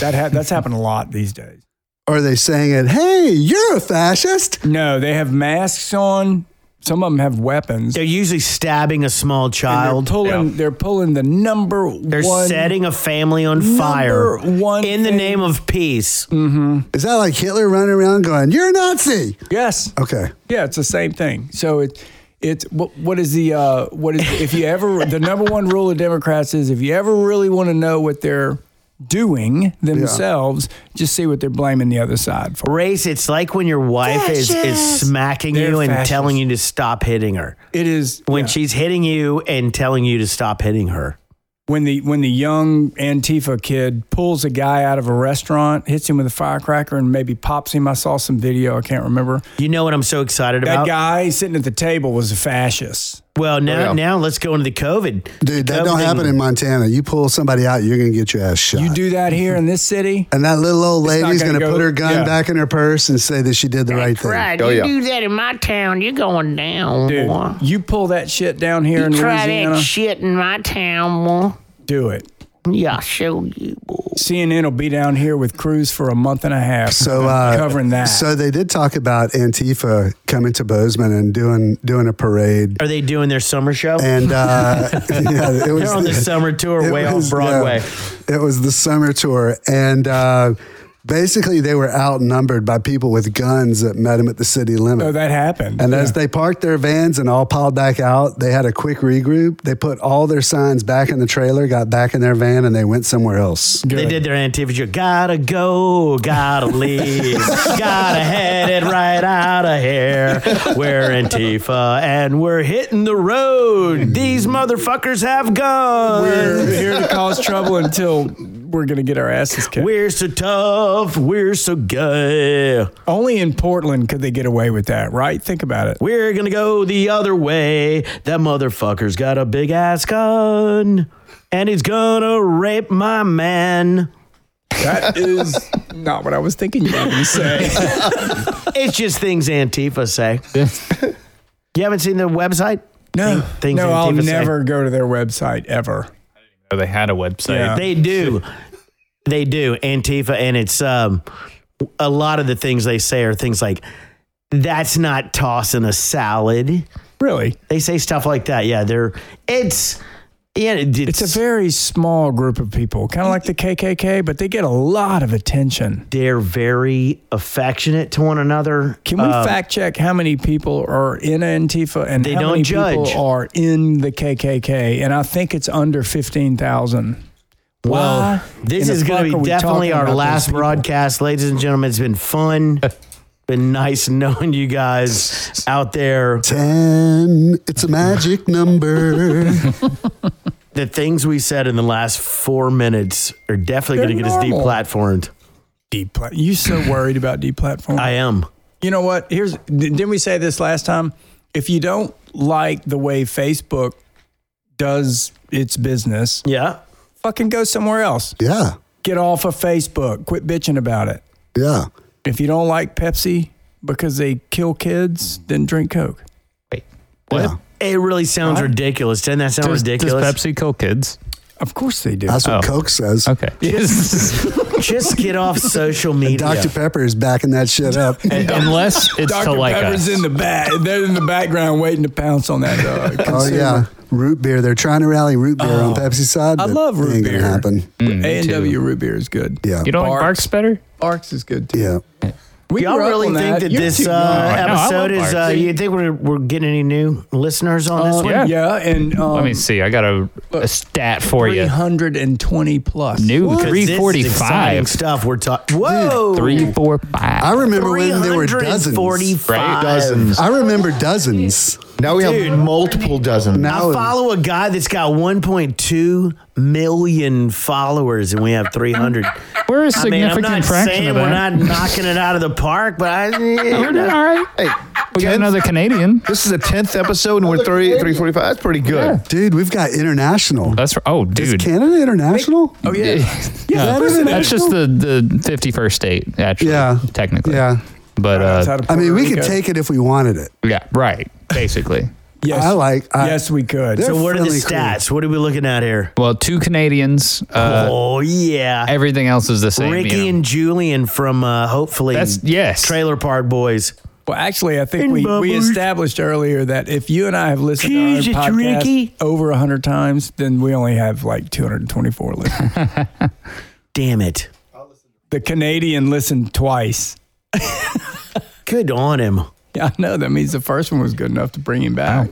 That ha- that's happened a lot these days. Are they saying it? Hey, you're a fascist. No, they have masks on. Some of them have weapons. they're usually stabbing a small They're child. pulling. They're pulling the number They're one. setting a family on Number fire one in the thing- name of peace. Is that like Hitler running around going, "You're a Nazi"? Yes. Okay, Yeah, it's the same thing. So it, it's what, what is the uh, what is if you ever the number one rule of Democrats is if you ever really want to know what they're doing themselves, just see what they're blaming the other side for. Race, it's like when your wife is, is smacking They're you and fascists. telling you to stop hitting her. It is When she's hitting you and telling you to stop hitting her. when the when the young Antifa kid pulls a guy out of a restaurant, hits him with a firecracker, and maybe pops him. I saw some video. I can't remember. You know what I'm so excited That about? guy sitting at the table was a fascist. well, now yeah. now let's go into the COVID. dude, that COVID don't thing. happen in Montana. You pull somebody out, you're gonna get your ass shot. You do that here in this city. and that little old It's not lady's gonna gonna go- put her gun yeah. back in her purse and say that she did the right thing. Right, Oh, you yeah. do that in my town, you're going down, Dude, boy. you pull that shit down here You in try Louisiana. that shit in my town, boy. do it. Yeah, I'll show you, boy. CNN will be down here with Cruz for a month and a half. So uh, covering that. So they did talk about Antifa coming to Bozeman and doing doing a parade. Are they doing their summer show? And uh, *laughs* yeah, it was They're on the summer tour It way was, off Broadway. yeah, it was the summer tour, and uh, basically they were outnumbered by people with guns that met them at the city limit. oh, that happened. and Yeah. as they parked their vans and all piled back out, they had a quick regroup. They put all their signs back in the trailer, got back in their van, and they went somewhere else. They did their Antifa show. Gotta go, gotta leave, gotta head it right out of here. We're Antifa and we're hitting the road. These motherfuckers have guns. we're here to cause trouble until we're gonna get our asses kicked. We're so tough. We're so gay. Only in Portland could they get away with that, right? Think about it. We're gonna go the other way. That motherfucker's got a big ass gun, and he's gonna rape my man. *laughs* That is not what I was thinking you were *laughs* gonna say. It's just things Antifa say. you haven't seen the website? No, things no, that I'll Antifa say. never go to their website ever. Oh, they had a website. Yeah. They do. They do. Antifa and it's um a lot of the things they say are things like that's not tossing a salad. Really, They say stuff like that. Yeah, they're it's yeah, it- it's, it's a very small group of people, kind of like the KKK, but they get a lot of attention. they're very affectionate to one another. Can we Um, fact check how many people are in Antifa and They how don't many judge. people are in the KKK? And I think it's under fifteen thousand. Well, this is going to be definitely our last broadcast, ladies and gentlemen. It's been *laughs* fun. been nice knowing you guys out there. 10. It's a magic number. *laughs* The things we said in the last four minutes are definitely going to get They're us normal. deplatformed. Deplat- you so worried about deplatforming? I am. You know what? Here's di- didn't we say this last time? If you don't like the way Facebook does its business, Yeah. fucking go somewhere else. yeah. Get off of Facebook. Quit bitching about it. Yeah. If you don't like Pepsi because they kill kids, then drink Coke. Wait, what? Yeah. It really sounds ridiculous. Doesn't that sound Does, does ridiculous? Pepsi kill kids? Of course they do. That's what Oh. Coke *laughs* says. Okay. Just get *laughs* off social Dr. media. Pepper's backing that shit up. Unless it's Dr. to like Pepper's us. in the back. They're in the background waiting to pounce on that dog. *laughs* oh, yeah. Root beer. They're trying to rally root beer on Pepsi's side. I but love it root ain't gonna beer. happen. Mm, A and W root beer is good. Yeah. you don't like Barks. Barks better? Barks is good too. Yeah. We Y'all grew up really on think that, You're this too uh, young. No, I love episode is? Uh, Barks. you think we're, we're getting any new listeners on this one? yeah. yeah, and um, Let me see. I got a, a stat for you. 320 plus. New Because this is exciting 345. stuff we're talking. Whoa, 345. I remember when there were dozens. 345. Right? Dozens. I remember dozens. Now we have multiple dozens. Now I follow a guy that's got 1.2 million followers, and we have 300. We're a I mean, I'm significant not fraction saying of we're that. not knocking it out of the park, but I, *laughs* all right. hey, We got tenth- another Canadian. This is the tenth episode, and we're 30, 345. That's pretty good. Dude, we've got international. That's oh, Is dude. Canada international? Oh, *laughs* yeah. that Yeah, is an that's just the the fifty first state actually. Yeah. technically. Yeah. but uh, I mean, we could take it if we wanted it. yeah, right. Basically, Yes, I like- I- yes, we could. They're So so what are the really cool. stats? What are we looking at here? well, two Canadians. Uh, oh yeah, Everything else is the same. Ricky you know. and Julian from uh, hopefully That's- yes. Trailer Park Boys. well, actually, I think we, we Bubbles. established earlier that if you and I have listened Jeez, to it's our podcast Ricky. over hundred times, then we only have like 224 *laughs* listeners. Damn it. the Canadian listened twice. Good on him. *laughs* Yeah, I know. That means the first one was good enough to bring him back.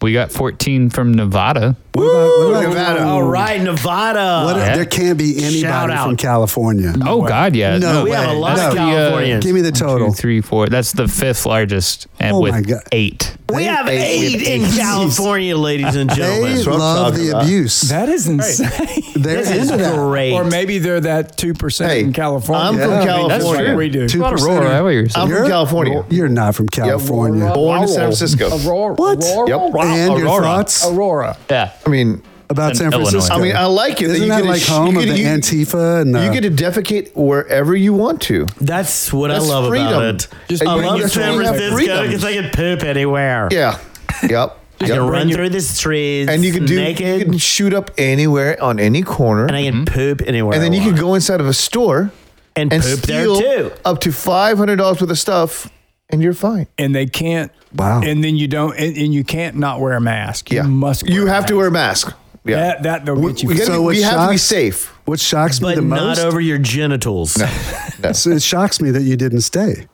we got fourteen from Nevada. What about, what about- Nevada. All right, Nevada. what- Yeah. There can't be Shout anybody out. from California. oh God, yeah. No we have a way. lot No. uh, of Californians. Give me the One, total. two, three, four. That's the fifth largest, and Oh, my with God. eight. we have eight, in California, ladies and gentlemen. They what I'm love talking the about. abuse. That is insane. They're This is into that. great. Or maybe they're that two percent Hey, in California. I'm from I mean, California. That's what we do. Two Not percent. Aurora, that what you're saying? I'm from California. You're not from Yeah, California. Born in San Francisco. Aurora. What? Aurora. Yep. And your Aurora. thoughts Aurora. Yeah. I mean, about In San Illinois. Francisco? I mean, I like it. that Isn't you that get to like sh- home you of get the to- you- Antifa and uh, You get to defecate wherever you want to. That's what That's I love freedom. about it. Just I bring love your San toys back. Francisco Freedom. because I can poop anywhere. Yeah. Yep. I Yep. can run through the streets And you can do naked, you can shoot up anywhere on any corner. and I Mm-hmm. can poop anywhere. and then you can could go inside of a store and, and poop there steal too. up to five hundred dollars worth of stuff, and you're fine. And they can't. Wow. And then you don't. And, and you can't not wear a mask. You Oh. Yeah, must. Wear You a have to mask. wear a mask. Yeah, That that they'll we, get you. we gotta So be- what we have to be shocks- safe. What shocks me But the not most? over your genitals. So it shocks me that you didn't stay.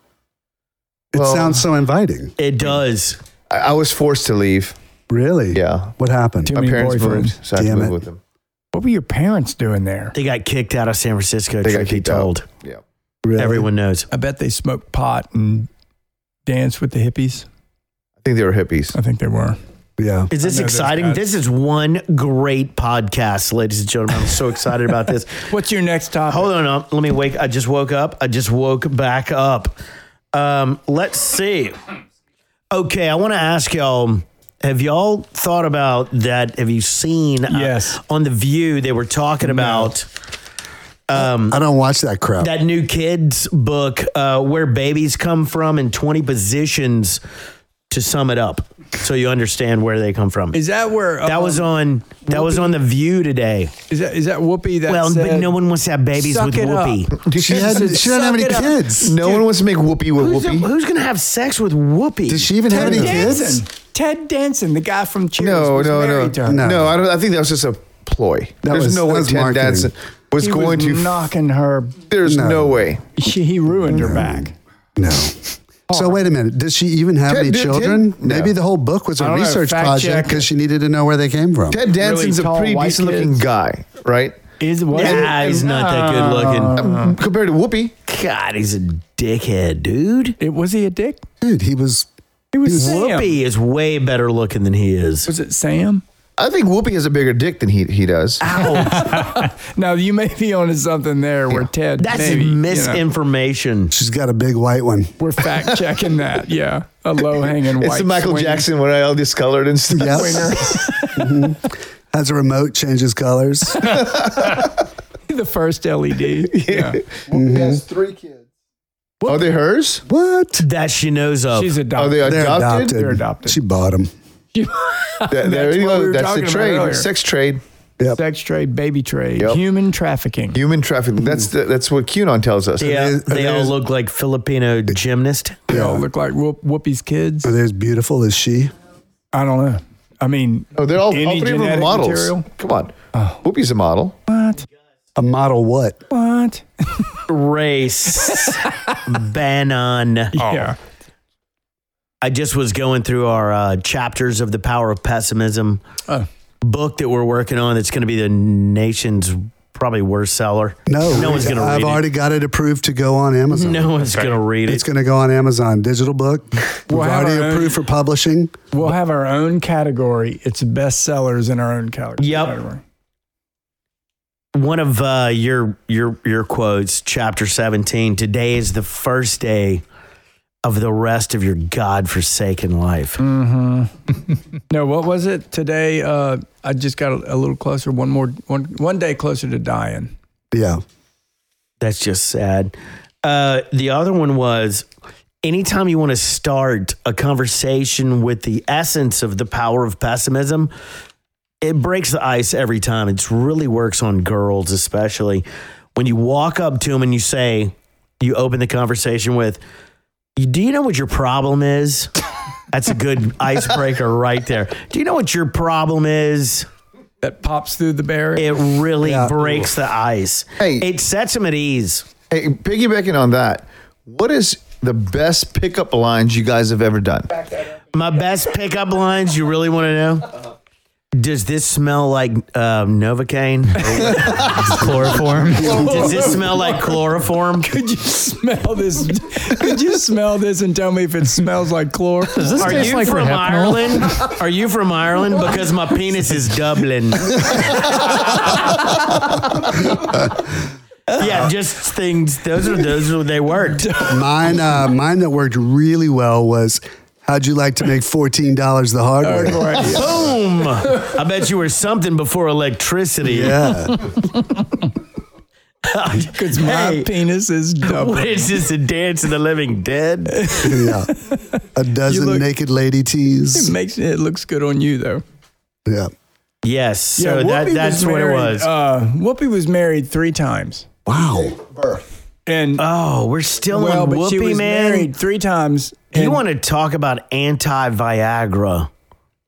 It Well- sounds so inviting. It does. I, I was forced to leave. Really? Yeah, What happened? Too my many parents boyfriends. moved, so I had to Damn move it. with them. What were your parents doing there? They got kicked out of San Francisco. They truth got be kicked told. out. Yeah, Really? Everyone knows. I bet they smoked pot and danced with the hippies. I think they were hippies. I think they were. Yeah. Is this know those exciting? guys. This is one great podcast, ladies and gentlemen. I'm *laughs* so excited about this. What's your next topic? Hold on, um, let me wake. I just woke up. I just woke back up. Um, let's see. Okay, I want to ask y'all. Have y'all thought about that? Have you seen? uh, Yes. on the View, they were talking about I don't watch that crap. that new kids book, uh, "Where Babies Come From" in twenty positions. To sum it up, so you understand where they come from. Is that where that was um, on that was on the View today. Is that is that Whoopi? That Well, said, but no one wants to have babies "Suck with it up." Whoopi. she had, she doesn't have any suck it up. kids. No one wants to make whoopee with Who's, whoopee. who's gonna have sex with Whoopi? Does she even have any Danson. kids? Ted Danson, the guy from Cheers, No, was no, no, married to her. no, I don't. I think that was just a ploy. That There's was- no that way was Ted marketing. Danson was He going was to. knocking her. there's no, No. way. She, he ruined her back. No. So wait a minute. Does she even have Ted- any did- did- children? no. Maybe the whole book was I a don't know, research fact project check. because she needed to know where they came from. Ted Danson's tall, a pretty white decent kids. looking guy, right? Um, Is what? Nah, he's not that good Uh, Uh-huh. looking. Compared to Whoopi, God, he's a dickhead, dude. It was he a dick? Dude, he was. It was Sam. Whoopi is way better looking than he is. Was it Sam? I think Whoopi has a bigger dick than he he does. Ow, Now you may be onto something there. Where Ted? that's maybe, You know, misinformation. She's got a big white one. we're fact checking *laughs* that. Yeah, a low hanging white. It's the Michael swing- Jackson when I all discolored and stuff. Yep. Mhm. *laughs* Has a remote, changes *laughs* colors. *laughs* The first *laughs* LED. Yeah. Whoopi has three kids. Are *laughs* they hers? what? That she knows of. She's Are adopted. Oh. they They're adopted. adopted? They're adopted. She bought them. That- there you what go. we were That's the talking about earlier. trade, sex trade, Yep. Sex trade, baby trade, Yep. human trafficking. human trafficking. That's the, that's what QAnon tells us. yeah, there's- they all there's- look like Filipino gymnast. They all look like Whoop, Whoopi's kids. Are they as beautiful as she? I don't know. I mean, Oh, they're all, all Any three of them are genetic models. material? Come on, Oh. Whoopi's a model. what? A model what? What? *laughs* Race Bannon. *laughs* Yeah. I just was going through our uh, chapters of the Power of Pessimism Oh. book that we're working on. That's going to be the nation's probably worst seller. No. no one's going to read I've it. already got it approved to go on Amazon. No one's going to read it. It's going to go on Amazon. Digital *laughs* book. We've Wow. already approved for publishing. We'll have our own category. It's bestsellers in our own cal- Yep. category. One of uh, your your your quotes, chapter seventeen. Today is the first day of the rest of your godforsaken life. Mm-hmm. *laughs* No, what was it today? Uh, I just got a, a little closer. One more, one one day closer to dying. Yeah. That's just sad. Uh, the other one was anytime you want to start a conversation with the essence of the power of pessimism, it breaks the ice every time. It really works on girls, especially when you walk up to them and you say, you open the conversation with, "You- Do you know what your problem is? That's a good icebreaker right there. Do you know what your problem is? That pops through the barrier. It really Yeah. breaks the ice. Hey. It sets them at ease. Hey, piggybacking on that, what is the best pickup lines you guys have ever done? My best pickup lines. You really want to know? Does this smell like um, Novocaine? Chloroform. Does this smell like chloroform? *laughs* Could you smell this? *laughs* Could you smell this and tell me if it smells like chloroform? *laughs* Does this Are taste you like from rehapenol? Ireland? Are you from Ireland? Because my penis is Dublin. yeah, just things. Those are those are they worked. Mine, uh, mine that worked really well was how'd you like to make $14 the hard way? Boom! I bet you were something before electricity. *laughs* *laughs* Yeah. Because my Hey. penis is *laughs* double. What is this? A dance of the living dead? yeah. A dozen look- naked lady It tees. makes it looks good on you though. Yeah. Yes. So Whoopi that was that's what it married- was. Uh, Whoopi was married three times, Uh, Wow. and Oh, we're still well, on but she Whoopi, was man. married three times. You and want to talk about anti Viagra?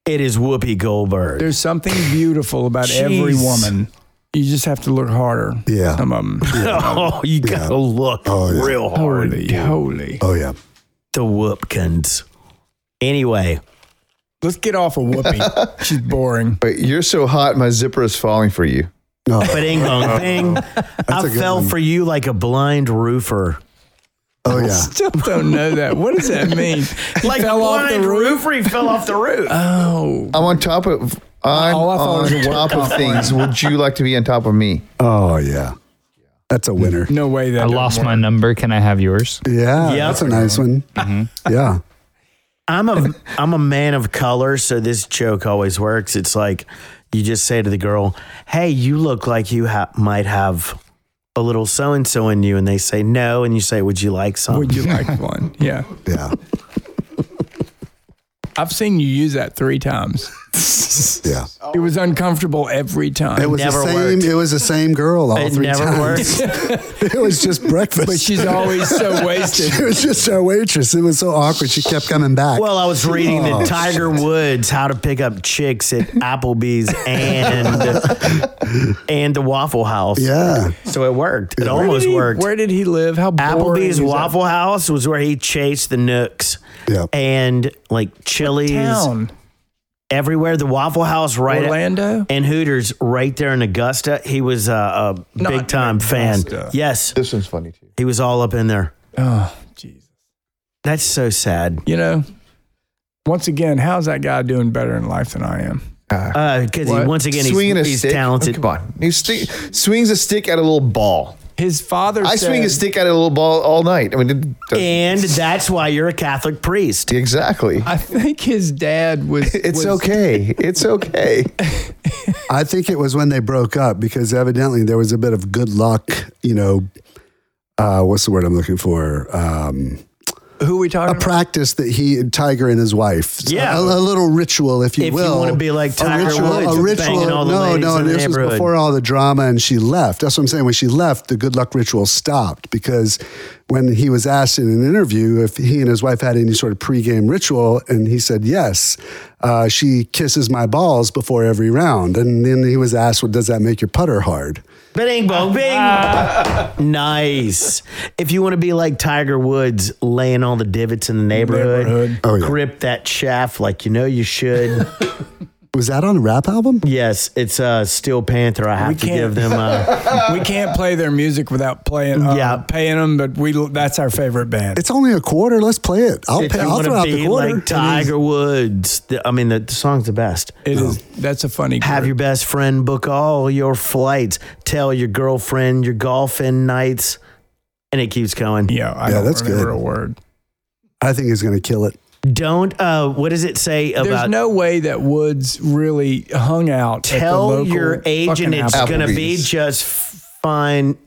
It is Whoopi Goldberg. There's something beautiful about every Jeez. woman. You just have to look harder. Yeah. Some of *laughs* them. Oh, you gotta look Oh, yeah. real hard. Holy, holy. Oh, yeah. The Whoopkins. Anyway, Let's get off of *laughs* Whoopi. She's boring. But you're so hot, my zipper is falling for you. No. *laughs* *laughs* bing bong bing. I a good fell one. for you like a blind roofer. Oh yeah. Still don't know that. What does that mean? He like fell off the blind roof. roofer, he fell off the roof. Oh, I'm on top of. I'm Oh, I thought it was on a work top of comp things. Would you like to be on top of me? Oh yeah. That's a winner. no way that I lost my number. Can I have yours? Yeah, Yeah. that's a nice one. Yeah. I'm *laughs* a I'm a man of color, so this joke always works. It's like you just say to the girl, "Hey, you look like you ha- might have a little so and so in you," and they say no, and you say, "Would you like some?" Would you like one? Yeah, Yeah. I've seen you use that three times. Yeah. It was uncomfortable every time. It was never the same worked. it was the same girl all it three never works. times. *laughs* It *laughs* was just breakfast. but *laughs* she's always so She wasted. was just our waitress. It was so awkward. She kept coming back. Well, I was reading Oh, the Tiger Woods How to Pick Up Chicks *laughs* at Applebee's and and the Waffle House. yeah. So it worked. It almost Where did he- worked. Where did he uh, live? How boring Applebee's is that Waffle House was where he chased the nooks Yeah. and like Chili's town? everywhere. The Waffle House right Orlando. and Hooters right there in Augusta. He was uh, a Not big time in fan. Augusta. Yes, This one's funny too. he was all up in there. Oh, Jesus. That's so sad. You know, once again, how's that guy doing better in life than I am? Because Uh, he What? once again, Swinging a he's, he's stick? talented. Oh, come on, he sti- swings a stick at a little ball. His father. I said, swing a stick at a little ball all night. I mean, it doesn't- and that's why you're a Catholic priest. exactly. I think his dad *laughs* was. It's was- okay. *laughs* It's okay. I think it was when they broke up because evidently there was a bit of good luck, you know, uh, what's the word I'm looking for? Um, Who are we a talking about? practice that he, Tiger and his wife, Yeah. a, a little ritual, if you If you will. wanna be like A Tiger Woods and banging all the no, ladies no, in and the this was neighborhood. before all the drama, and she left. That's what I'm saying. When she left, the good luck ritual stopped because when he was asked in an interview if he and his wife had any sort of pregame ritual, and he said yes, uh, she kisses my balls before every round, and then he was asked, "Well, does that make your putter hard?" Bing, bong, bing. *laughs* nice. If you want to be like Tiger Woods, laying all the divots in the neighborhood, Neighborhood. Oh, yeah. grip that shaft like you know you *laughs* should. Was that on a rap album? yes, it's uh, Steel Panther. I have to can't- give them. Uh, *laughs* We can't play their music without playing. Uh, Yeah. paying them, but we—that's our favorite band. It's only a quarter. Let's play it. I'll, if pay, you I'll want throw to out the be quarter. like Tiger Woods, the, I mean the, the song's the best. It is. That's a funny. Have group. your best friend book all your flights. Tell your girlfriend your golfing nights, and it keeps going. Yeah, I Yeah, don't that's remember good. a word. I think he's going to kill it. Don't. Uh, what does it say There's about? no way that Woods really hung out. at the tell local your agent fucking it's Apple- going to be Applebee's. just fine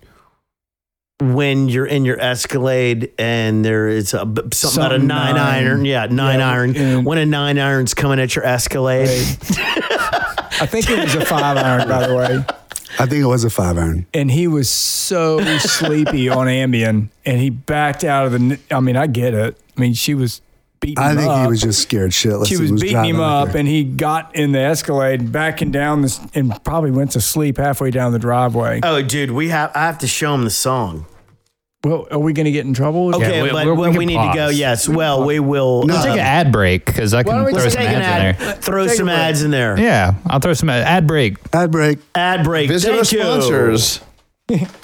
when you're in your Escalade and there is a, b- something, about a Something nine, nine. iron. Yeah, nine Yeah, iron. and- when a nine iron's coming at your Escalade. I think it was a five iron, by the way. I think it was a five iron. and he was so sleepy on Ambien, and he backed out of the. n- I mean, I get it. I mean, she was beating. I him think up. he was just scared shitless. She He was, beating driving him like up, a- and he got in the Escalade, backing down this, and probably went to sleep halfway down the driveway. Oh, dude, we have. I have to show him the song. well, are we going to get in trouble? Okay, we- but we- we what we, can need to go. pause. Yes. Well, we will. uh, No, Take an ad break because I can don't we throw just let's some take ads an in ad. there. Throw Take a some break. ads in there. Yeah, I'll throw some ad, ad break. ad break. Ad break. Visit our Thank you. sponsors.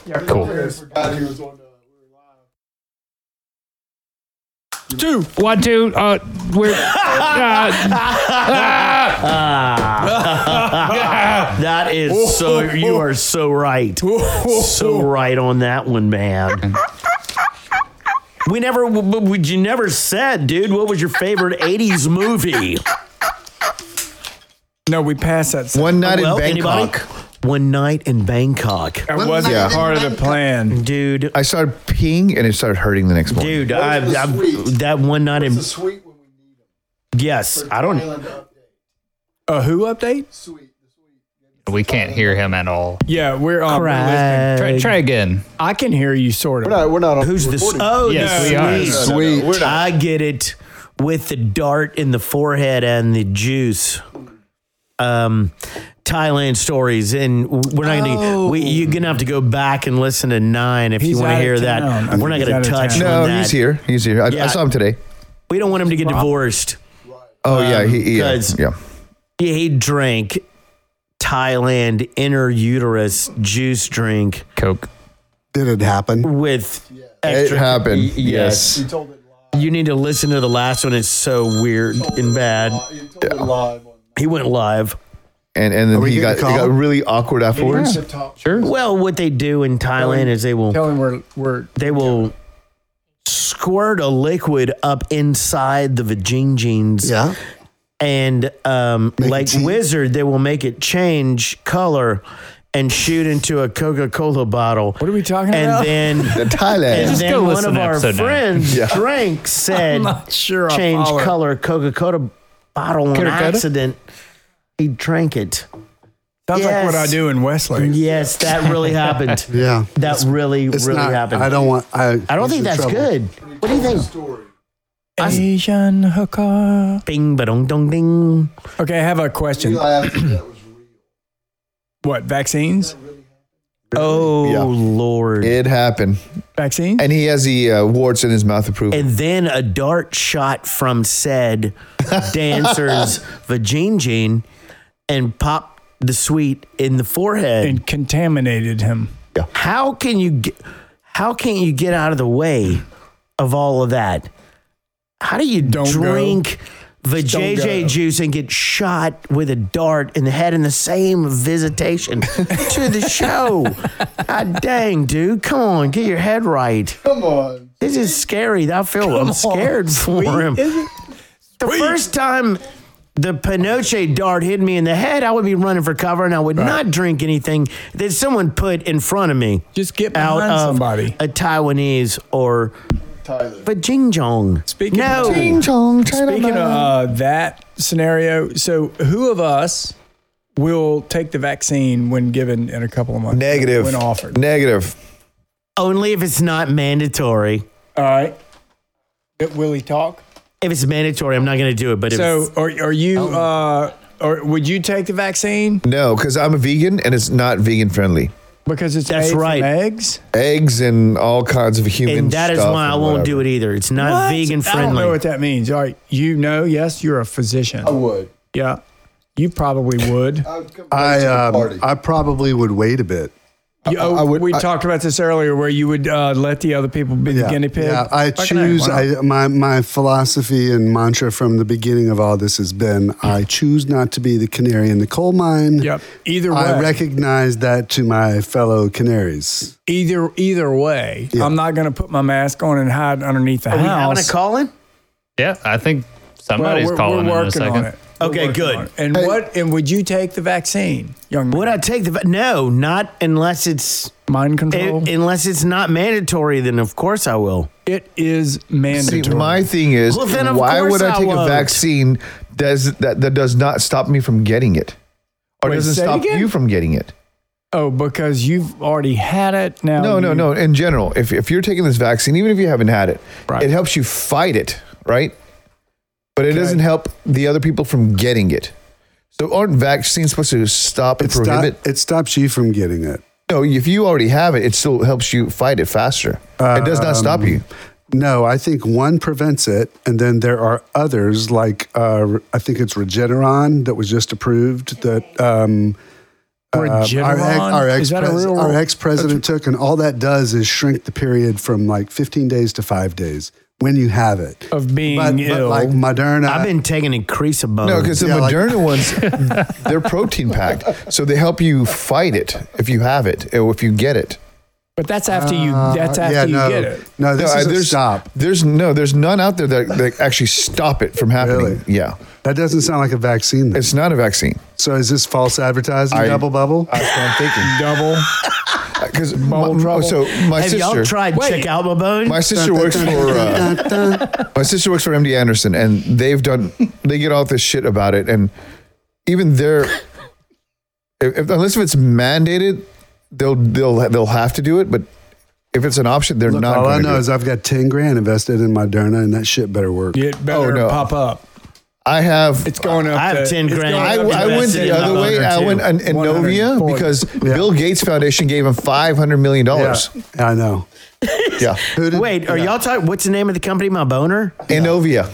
Cool. Two. One, two. Uh, *laughs* we're. Uh, That is so. You are so right. so right on that one, man. We never, w- w- would you never said, dude, what was your favorite 80s movie? No, we passed that. One, One night well, in Bangkok, anybody? One night in Bangkok. that wasn't Yeah. part of the plan. Dude, I started peeing and it started hurting the next morning. dude, I, I, that one night in. sweet when we need them. Yes, I don't. A who update? we can't hear him at all. Yeah, we're on. we're listening. Craig. Try, try again. I can hear you sort of. we're not on Who's this? Oh, Yes, the we are. sweet. Sweet. We're not. I get it with the dart in the forehead and the juice. Um, Thailand stories, and we're not gonna. We, you're gonna have to go back and listen to nine if Oh. He's you want out to of hear that. town. I We're think not he's gonna out of touch town. on No, that. he's here. He's here. I, Yeah. I saw him today. We don't want him to get divorced. Oh yeah, he, he yeah, 'cause- yeah. He, he drank Thailand inner uterus juice drink Coke. Did it happen? with It extra. happened. Y- yes. You need to listen to the last one. It's so weird and bad. He went live. And and then we he got, getting he a call? got really *laughs* awkward afterwards. Sure. Well, what they do in Thailand is they will Tell him we're we're they will squirt a liquid up inside the vagine jeans. Yeah. and um, Make it like tea. Wizard, they will make it change color and shoot into a Coca Cola bottle. What are we talking and about? Then, In Thailand. and Just go then one listen of to our episode nine. friends *laughs* drank said not sure I change follow it." color Coca Cola bottle on Coca-Cola? accident. He drank it. sounds like what I Yes. do in Wesley. Yes, that *laughs* really happened. Yeah. that really, It's really not, happened. I don't want. I, I don't think that's good. What do you think? Asian hooker. Bing, ba dong, dong, ding. Okay, I have a question. What vaccines? Oh Yeah. Lord! It happened. Vaccines? And he has the uh, warts in his mouth approved. and then a dart shot from *laughs* said dancer's vagine gene and popped the sweet in the forehead. And contaminated him. how can you get, how can you get out of the way of all of that? How do you Don't go. drink the Just don't JJ go. juice and get shot with a dart in the head in the same visitation to *laughs* the show? God dang, dude. Come on, get your head right. Come on. This is scary. I feel I'm scared for him. The first time the Pinochet dart hit me in the head, I would be running for cover and I would not drink anything that someone put in front of me. Just get out behind of somebody. a Taiwanese or but Jing Jong. Speaking no. of- Jing Jong, Speaking of uh, that scenario, so who of us will take the vaccine when given in a couple of months? Negative. When offered. Negative. only if it's not mandatory. All right. It- Will he talk? If it's mandatory, I'm not going to do it. But So, if are, are you, uh, or would you take the vaccine No, because I'm a vegan and it's not vegan friendly. because it's That's made from right. eggs? Eggs and all kinds of human and that is stuff why I and won't whatever. do it either. It's not What? vegan I don't friendly. know what that means. All right, you know, yes, you're a physician. I would. Yeah, you probably would. I um, I probably would wait a bit. You- oh, I would- we I- talked about this earlier, where you would uh, let the other people be the guinea pig. Yeah, I Fucking A, choose. why not? I, my my philosophy and mantra from the beginning of all this has been: I choose not to be the canary in the coal mine. Yep. Either way, I recognize that to my fellow canaries. either either way, I'm not going to put my mask on and hide underneath the Are we having a house. call in? Yeah, I think Well, somebody's we're, calling we're in a working second. on it. We're Okay, working good. on it. And what? And would you take the vaccine, young man? Would I take the va- no? Not unless it's Mind control. it, unless it's not mandatory. Then of course I will. it is See, mandatory. my thing is, Well, then of why would course I I take a won't. vaccine does, that, that does not stop me from getting it? Or Wait, doesn't say it stop again? you from getting it? oh, because you've already had it. Now No, no, you- no. In general, if, if you're taking this vaccine, even if you haven't had it, Right. it helps you fight it, right? But it Okay. doesn't help the other people from getting it. So aren't vaccines supposed to stop and It, stop, prohibit? it stops you from getting it. No, if you already have it, it still helps you fight it faster. it does not Um, stop you. No, I think one prevents it, and then there are others like uh, I think it's Regeneron that was just approved that um, our, ex, Regeneron? our, ex is that a pres- real? our ex-president took and all that does is shrink the period from like 15 days to five days when you have it Of being but, but ill. like moderna I've been taking increasable. Uh, No, because the Um, Yeah, like- *laughs* Moderna ones, they're protein packed, so they help you fight it if you have it or if you get it. but that's after you. That's after yeah, you no, get it. no Uh, this No, I- is a there's stop There's no, there's none out there that, that actually stop it from happening. Really? Yeah, that doesn't sound like a vaccine though. it's not a vaccine. so is this false advertising I- double bubble That's what I'm thinking. Double. Because Uh, my, trouble. so my Have y'all sister, tried Wait. check out my bone? my sister works for uh, *laughs* my sister works for MD Anderson, and they've done they get all this shit about it, and even their if, if- unless if it's mandated, they'll they'll they'll have to do it, but. If it's an option, they're Look, not. all going i to do know it. is i've got 10 grand invested in moderna and that shit better work It better no. pop up. I have. Oh, It's going up. I have to- 10 it's grand. going I, up to I went invested the in other my way. owner, I too. went in in Novia 140. because Bill Gates Foundation gave him five hundred million dollars. i know Yeah, Who did- Wait, are y'all talking? What's the name of the company? My boner? Inovia.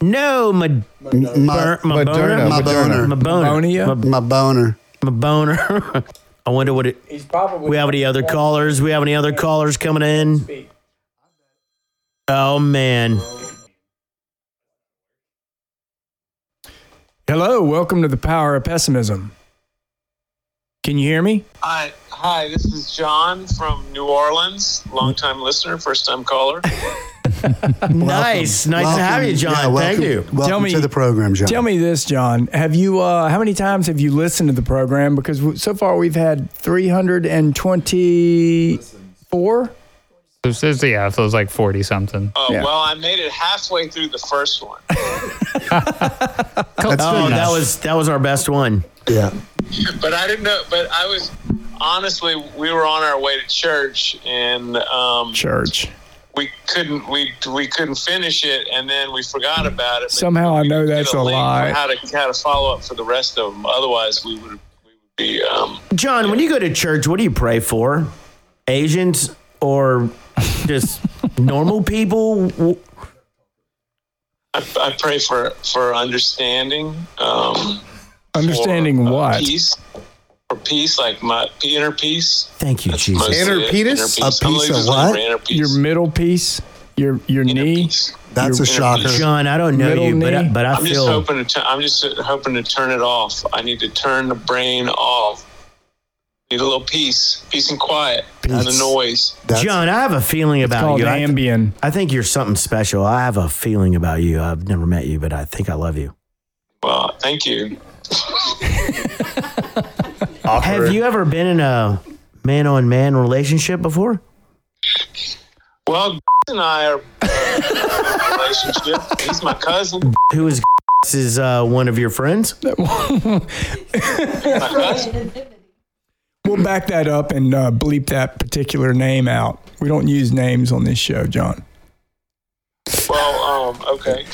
No, my my, bur- my boner. My Moderna, my Moderna. boner my boner. Bonia? My, my boner my boner. *laughs* I wonder what it. He's probably We have any other callers? We have any other callers coming in? Oh man. Hello, welcome to the power of pessimism. Can you hear me? Hi, hi, this is John from New Orleans, longtime listener, first time caller. Uh, Nice. Nice to have you, John. yeah, Thank welcome- you. Welcome Tell me- to the program, John. Tell me this, John. Have you? Uh, how many times have you listened to the program? Because w- so far we've had three hundred and twenty-four. So it says- yeah, so it was like 40 something. Oh, Yeah. well, I made it halfway through the first one. *laughs* Oh, that was that was our best one. Yeah. but I didn't know. But I was honestly, we were on our way to church, and um, Church. we couldn't we we couldn't finish it, and then we forgot about it. But Somehow I we know didn't get that's a link lie. on How to how to follow up for the rest of them? Otherwise, we would we would be. Um, John, when you go to church, what do you pray for? Asians or *laughs* just normal people? W- I, I pray for for understanding. Um, Understanding for, uh, what? peace. For peace, like my inner peace. Thank you, Jesus. Mostly Inner it, penis? Inner peace. A I'm piece of looking what? for Inner peace. Your middle piece. Your your Inner knee. peace. That's a shocker. John, I don't know Middle you, but I, knee. but I I'm just feel hoping to. tu- I'm just hoping to turn it off. I need to turn the brain off. Need a little peace, peace and quiet, and the Peace. noise. That's, John. I have a feeling about Called you. I, Ambien. I think you're something special. I have a feeling about you. I've never met you, but I think I love you. Well, thank you. Have you ever been in a man on man relationship before? Well, *laughs* and I are uh, in a relationship. He's my cousin. Who is *laughs* is uh, one of your friends? My cousin. We'll back that up and uh, bleep that particular name out. We don't use names on this show, John. Well, um, okay.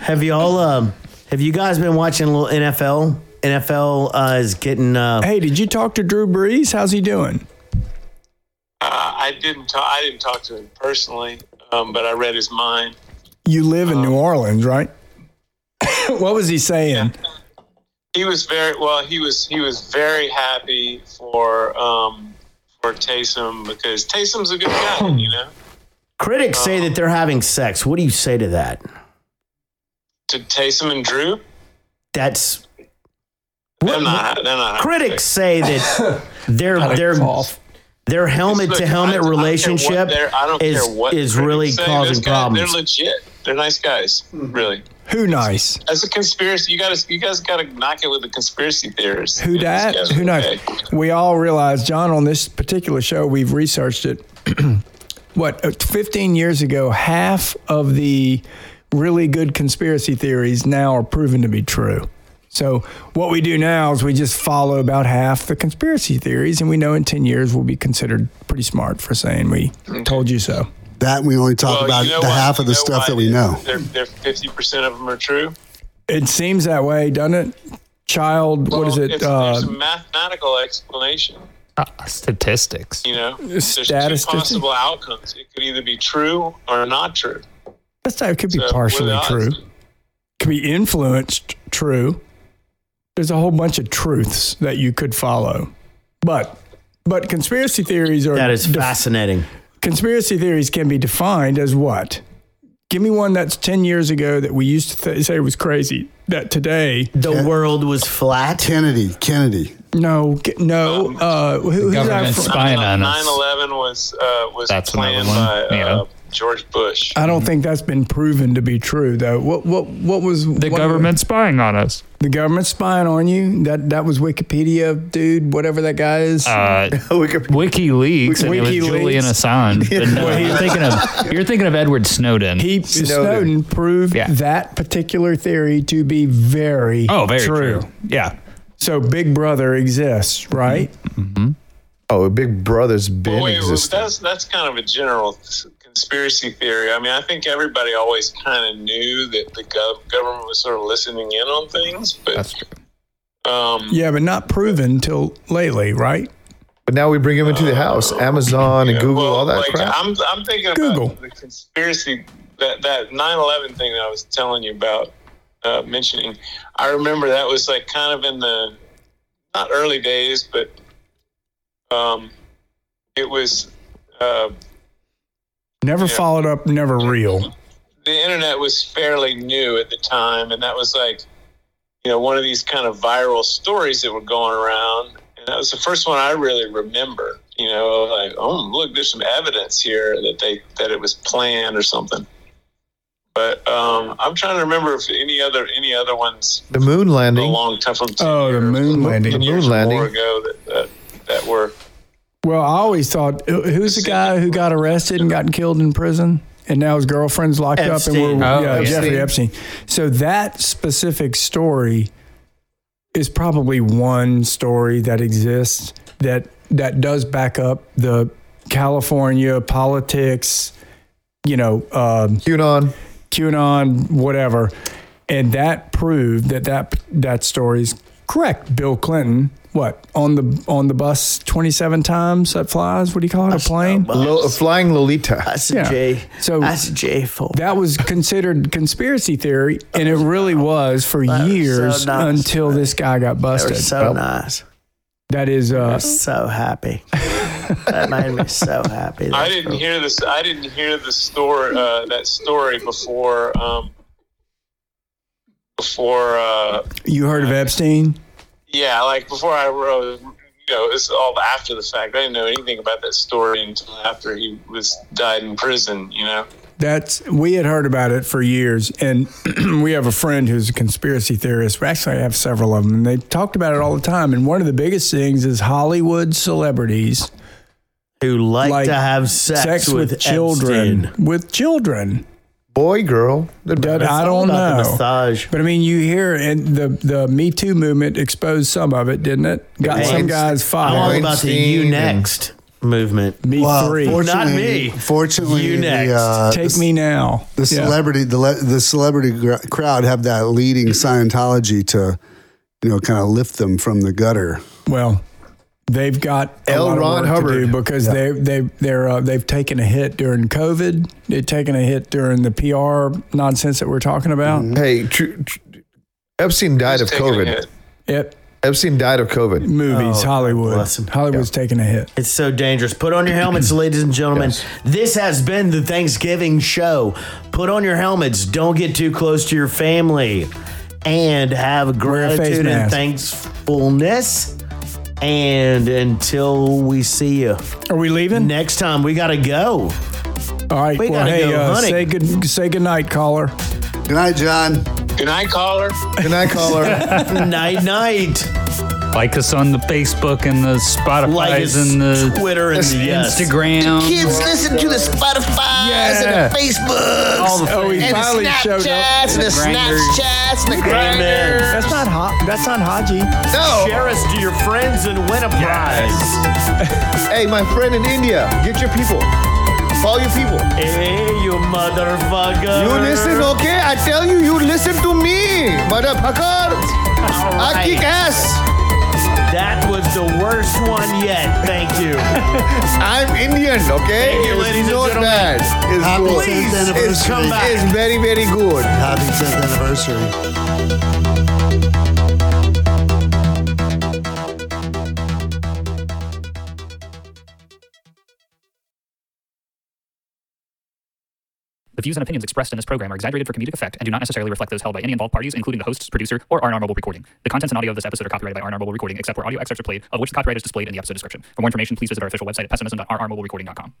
Have you all? Um, have you guys been watching a little NFL? NFL uh, is getting. Uh, Hey, did you talk to Drew Brees? How's he doing? Uh, I didn't. Ta- I didn't talk to him personally, um, but I read his mind. You live in New Orleans, right? *coughs* what was he saying? He was very well. He was. He was very happy for um, for Taysom because Taysom's a good guy, you know. critics say that they're having sex. What do you say to that? To Taysom and Drew, That's they're not. They're not. critics say *laughs* that their their cough. their helmet to helmet Look, I- I don't care what relationship they're- I don't is care what is critics really say. Those causing guys, problems. They're legit. They're nice guys, really. Who nice? As a conspiracy, you got to you guys got to knock it with the conspiracy theorists. Who These dat? guys are Who knows? okay. We all realize, John, on this particular show, we've researched it. *clears throat* what, uh, 15 years ago, half of the really good conspiracy theories now are proven to be true. So, what we do now is we just follow about half the conspiracy theories, and we know in 10 years we'll be considered pretty smart for saying we told you so. that we only talk Well, about you know the what? half of You the know stuff what? that we know. They're they're fifty percent of them are true. It seems that way, doesn't it? Child, what is Well, it? It's, there's Uh, a mathematical explanation. Uh, statistics. You know, there's two statistician? possible outcomes. It could either be true or not true. that's it could be So, what partially are the true. odds? could be influenced true there's a whole bunch of truths that you could follow but but conspiracy theories are that is def- fascinating. conspiracy theories can be defined as what give me one that's 10 years ago that we used to th- say was crazy that today The world was flat. Kennedy, Kennedy. no g- no uh who, who's that Um, government from? spying on us. 9-11 uh, was uh, was That's planned by another one, yeah. uh, George Bush. I don't think that's been proven to be true though. What what what was The government spying on us. the government spying on you? That that was Wikipedia dude, whatever that guy is. *laughs* Uh, WikiLeaks, and it was WikiLeaks. Julian Assange. But no, you're thinking of you're thinking of Edward Snowden. He Snowden, proved Yeah. that particular theory to be very oh, very true. Yeah, So Big Brother exists, right? Mm-hmm. Oh, Big Brother's Well, been wait, well, existing. that's that's kind of a general s- conspiracy theory. I mean, I think everybody always kind of knew that the gov- government was sort of listening in on things, but that's true. um, Yeah, but not proven till lately, right? But now we bring him into the house. Amazon and Google, all that Uh, like, crap. I'm I'm thinking Google. about the conspiracy that that 9/11 thing that I was telling you about uh, mentioning. I remember that was like kind of in the not early days, but um, it was uh, Never followed up, never real. the internet was fairly new at the time, and that was like, you know, one of these kind of viral stories that were going around. And that was the first one I really remember. You know, like, oh, look, there's some evidence here that they that it was planned or something. But um, I'm trying to remember if any other any other ones The moon a landing. long time from ten Oh, the moon The landing. moon years more landing. ago that, that that were Well, I always thought who- who's the guy who got arrested and got killed in prison, and now his girlfriend's locked up, Epstein. and we're Oh, yeah, Epstein. Jeffrey Epstein. So that specific story is probably one story that exists that that does back up the California politics, you know, um, QAnon. QAnon, whatever, and that proved that that that story's correct. Bill Clinton, what on the on the bus twenty seven times that flies? What do you call *laughs* it? A plane? Lo- a flying Lolita. That's a Yeah. J. So- that's a J for That was considered conspiracy theory, and it really was for was so years nice. until this guy got They were busted. so nice. that is, uh, So *laughs* happy. that made me so happy. I didn't hear this. I didn't hear the story. Uh, that story before. Um, before, uh, you heard of Epstein? yeah, like before I wrote. You know, it's all after the fact. I didn't know anything about that story until after he was died in prison. You know, That's we had heard about it for years, and *clears throat* we have a friend who's a conspiracy theorist. We actually have several of them, and they talked about it all the time. And one of the biggest things is Hollywood celebrities Who like, like to have sex, with, children, with children. Boy, girl. The That dad- I don't about the know. massage. But I mean, you hear and the the Me Too movement exposed some of it, didn't it? Got some Weinstein- guys I'm all fired. about the Weinstein you and- next movement. Me three. Or not fortunately- me. Fortunately, You the, next. uh, Take the- me now. The Yeah. celebrity, the le- the celebrity gr- crowd have that leading Scientology to, you know, kind of lift them from the gutter. Well, they've got a L. lot of Ron work to do Hubbard. because they they they're uh, they've taken a hit during COVID. They've taken a hit during the PR nonsense that we're talking about. Hey, tr- tr- Epstein died of Taking a COVID. hit. It Epstein died of COVID. movies, Hollywood, bless 'em. Hollywood's taking a hit. It's so dangerous. Put on your *clears throat* helmets, ladies and gentlemen. This has been the Thanksgiving show. Put on your helmets. Don't get too close to your family. And have Wear a face gratitude and mask. thankfulness. And until we see you Are we leaving? next time, we got to go. All right. We well, gotta hey, go uh, hunting. say good say good night, caller. Good night, John. Good night, caller. Good *laughs* night, caller. night, night. Like us on the Facebook and the Spotify's Like us and the Twitter and the yes. Instagram. Kids listen to the Spotify's Yeah. and the Facebooks all the Oh, he things. and the finally showed up. Snapchats and the Grindr. Snapchats and the Grindr. That's not hot. That's not Haji. Oh. Share us to your friends and win a prize. hey, my friend in India, get your people. Follow your people. Hey, you motherfucker. You listen, okay? I tell you, you listen to me, motherfucker. I kick ass. eh. That was the worst one yet. Thank you. I'm Indian, okay? Thank you, ladies it's and not gentlemen. bad. It's Happy good. 10th It's, anniversary. it's very, very good. Happy 10th anniversary. The views and opinions expressed in this program are exaggerated for comedic effect and do not necessarily reflect those held by any involved parties, including the hosts, producer, or RN Mobile Recording. The contents and audio of this episode are copyrighted by RN Mobile Recording, except where audio excerpts are played, of which the copyright is displayed in the episode description. For more information, please visit our official website at pessimism.rrmobilerecording.com.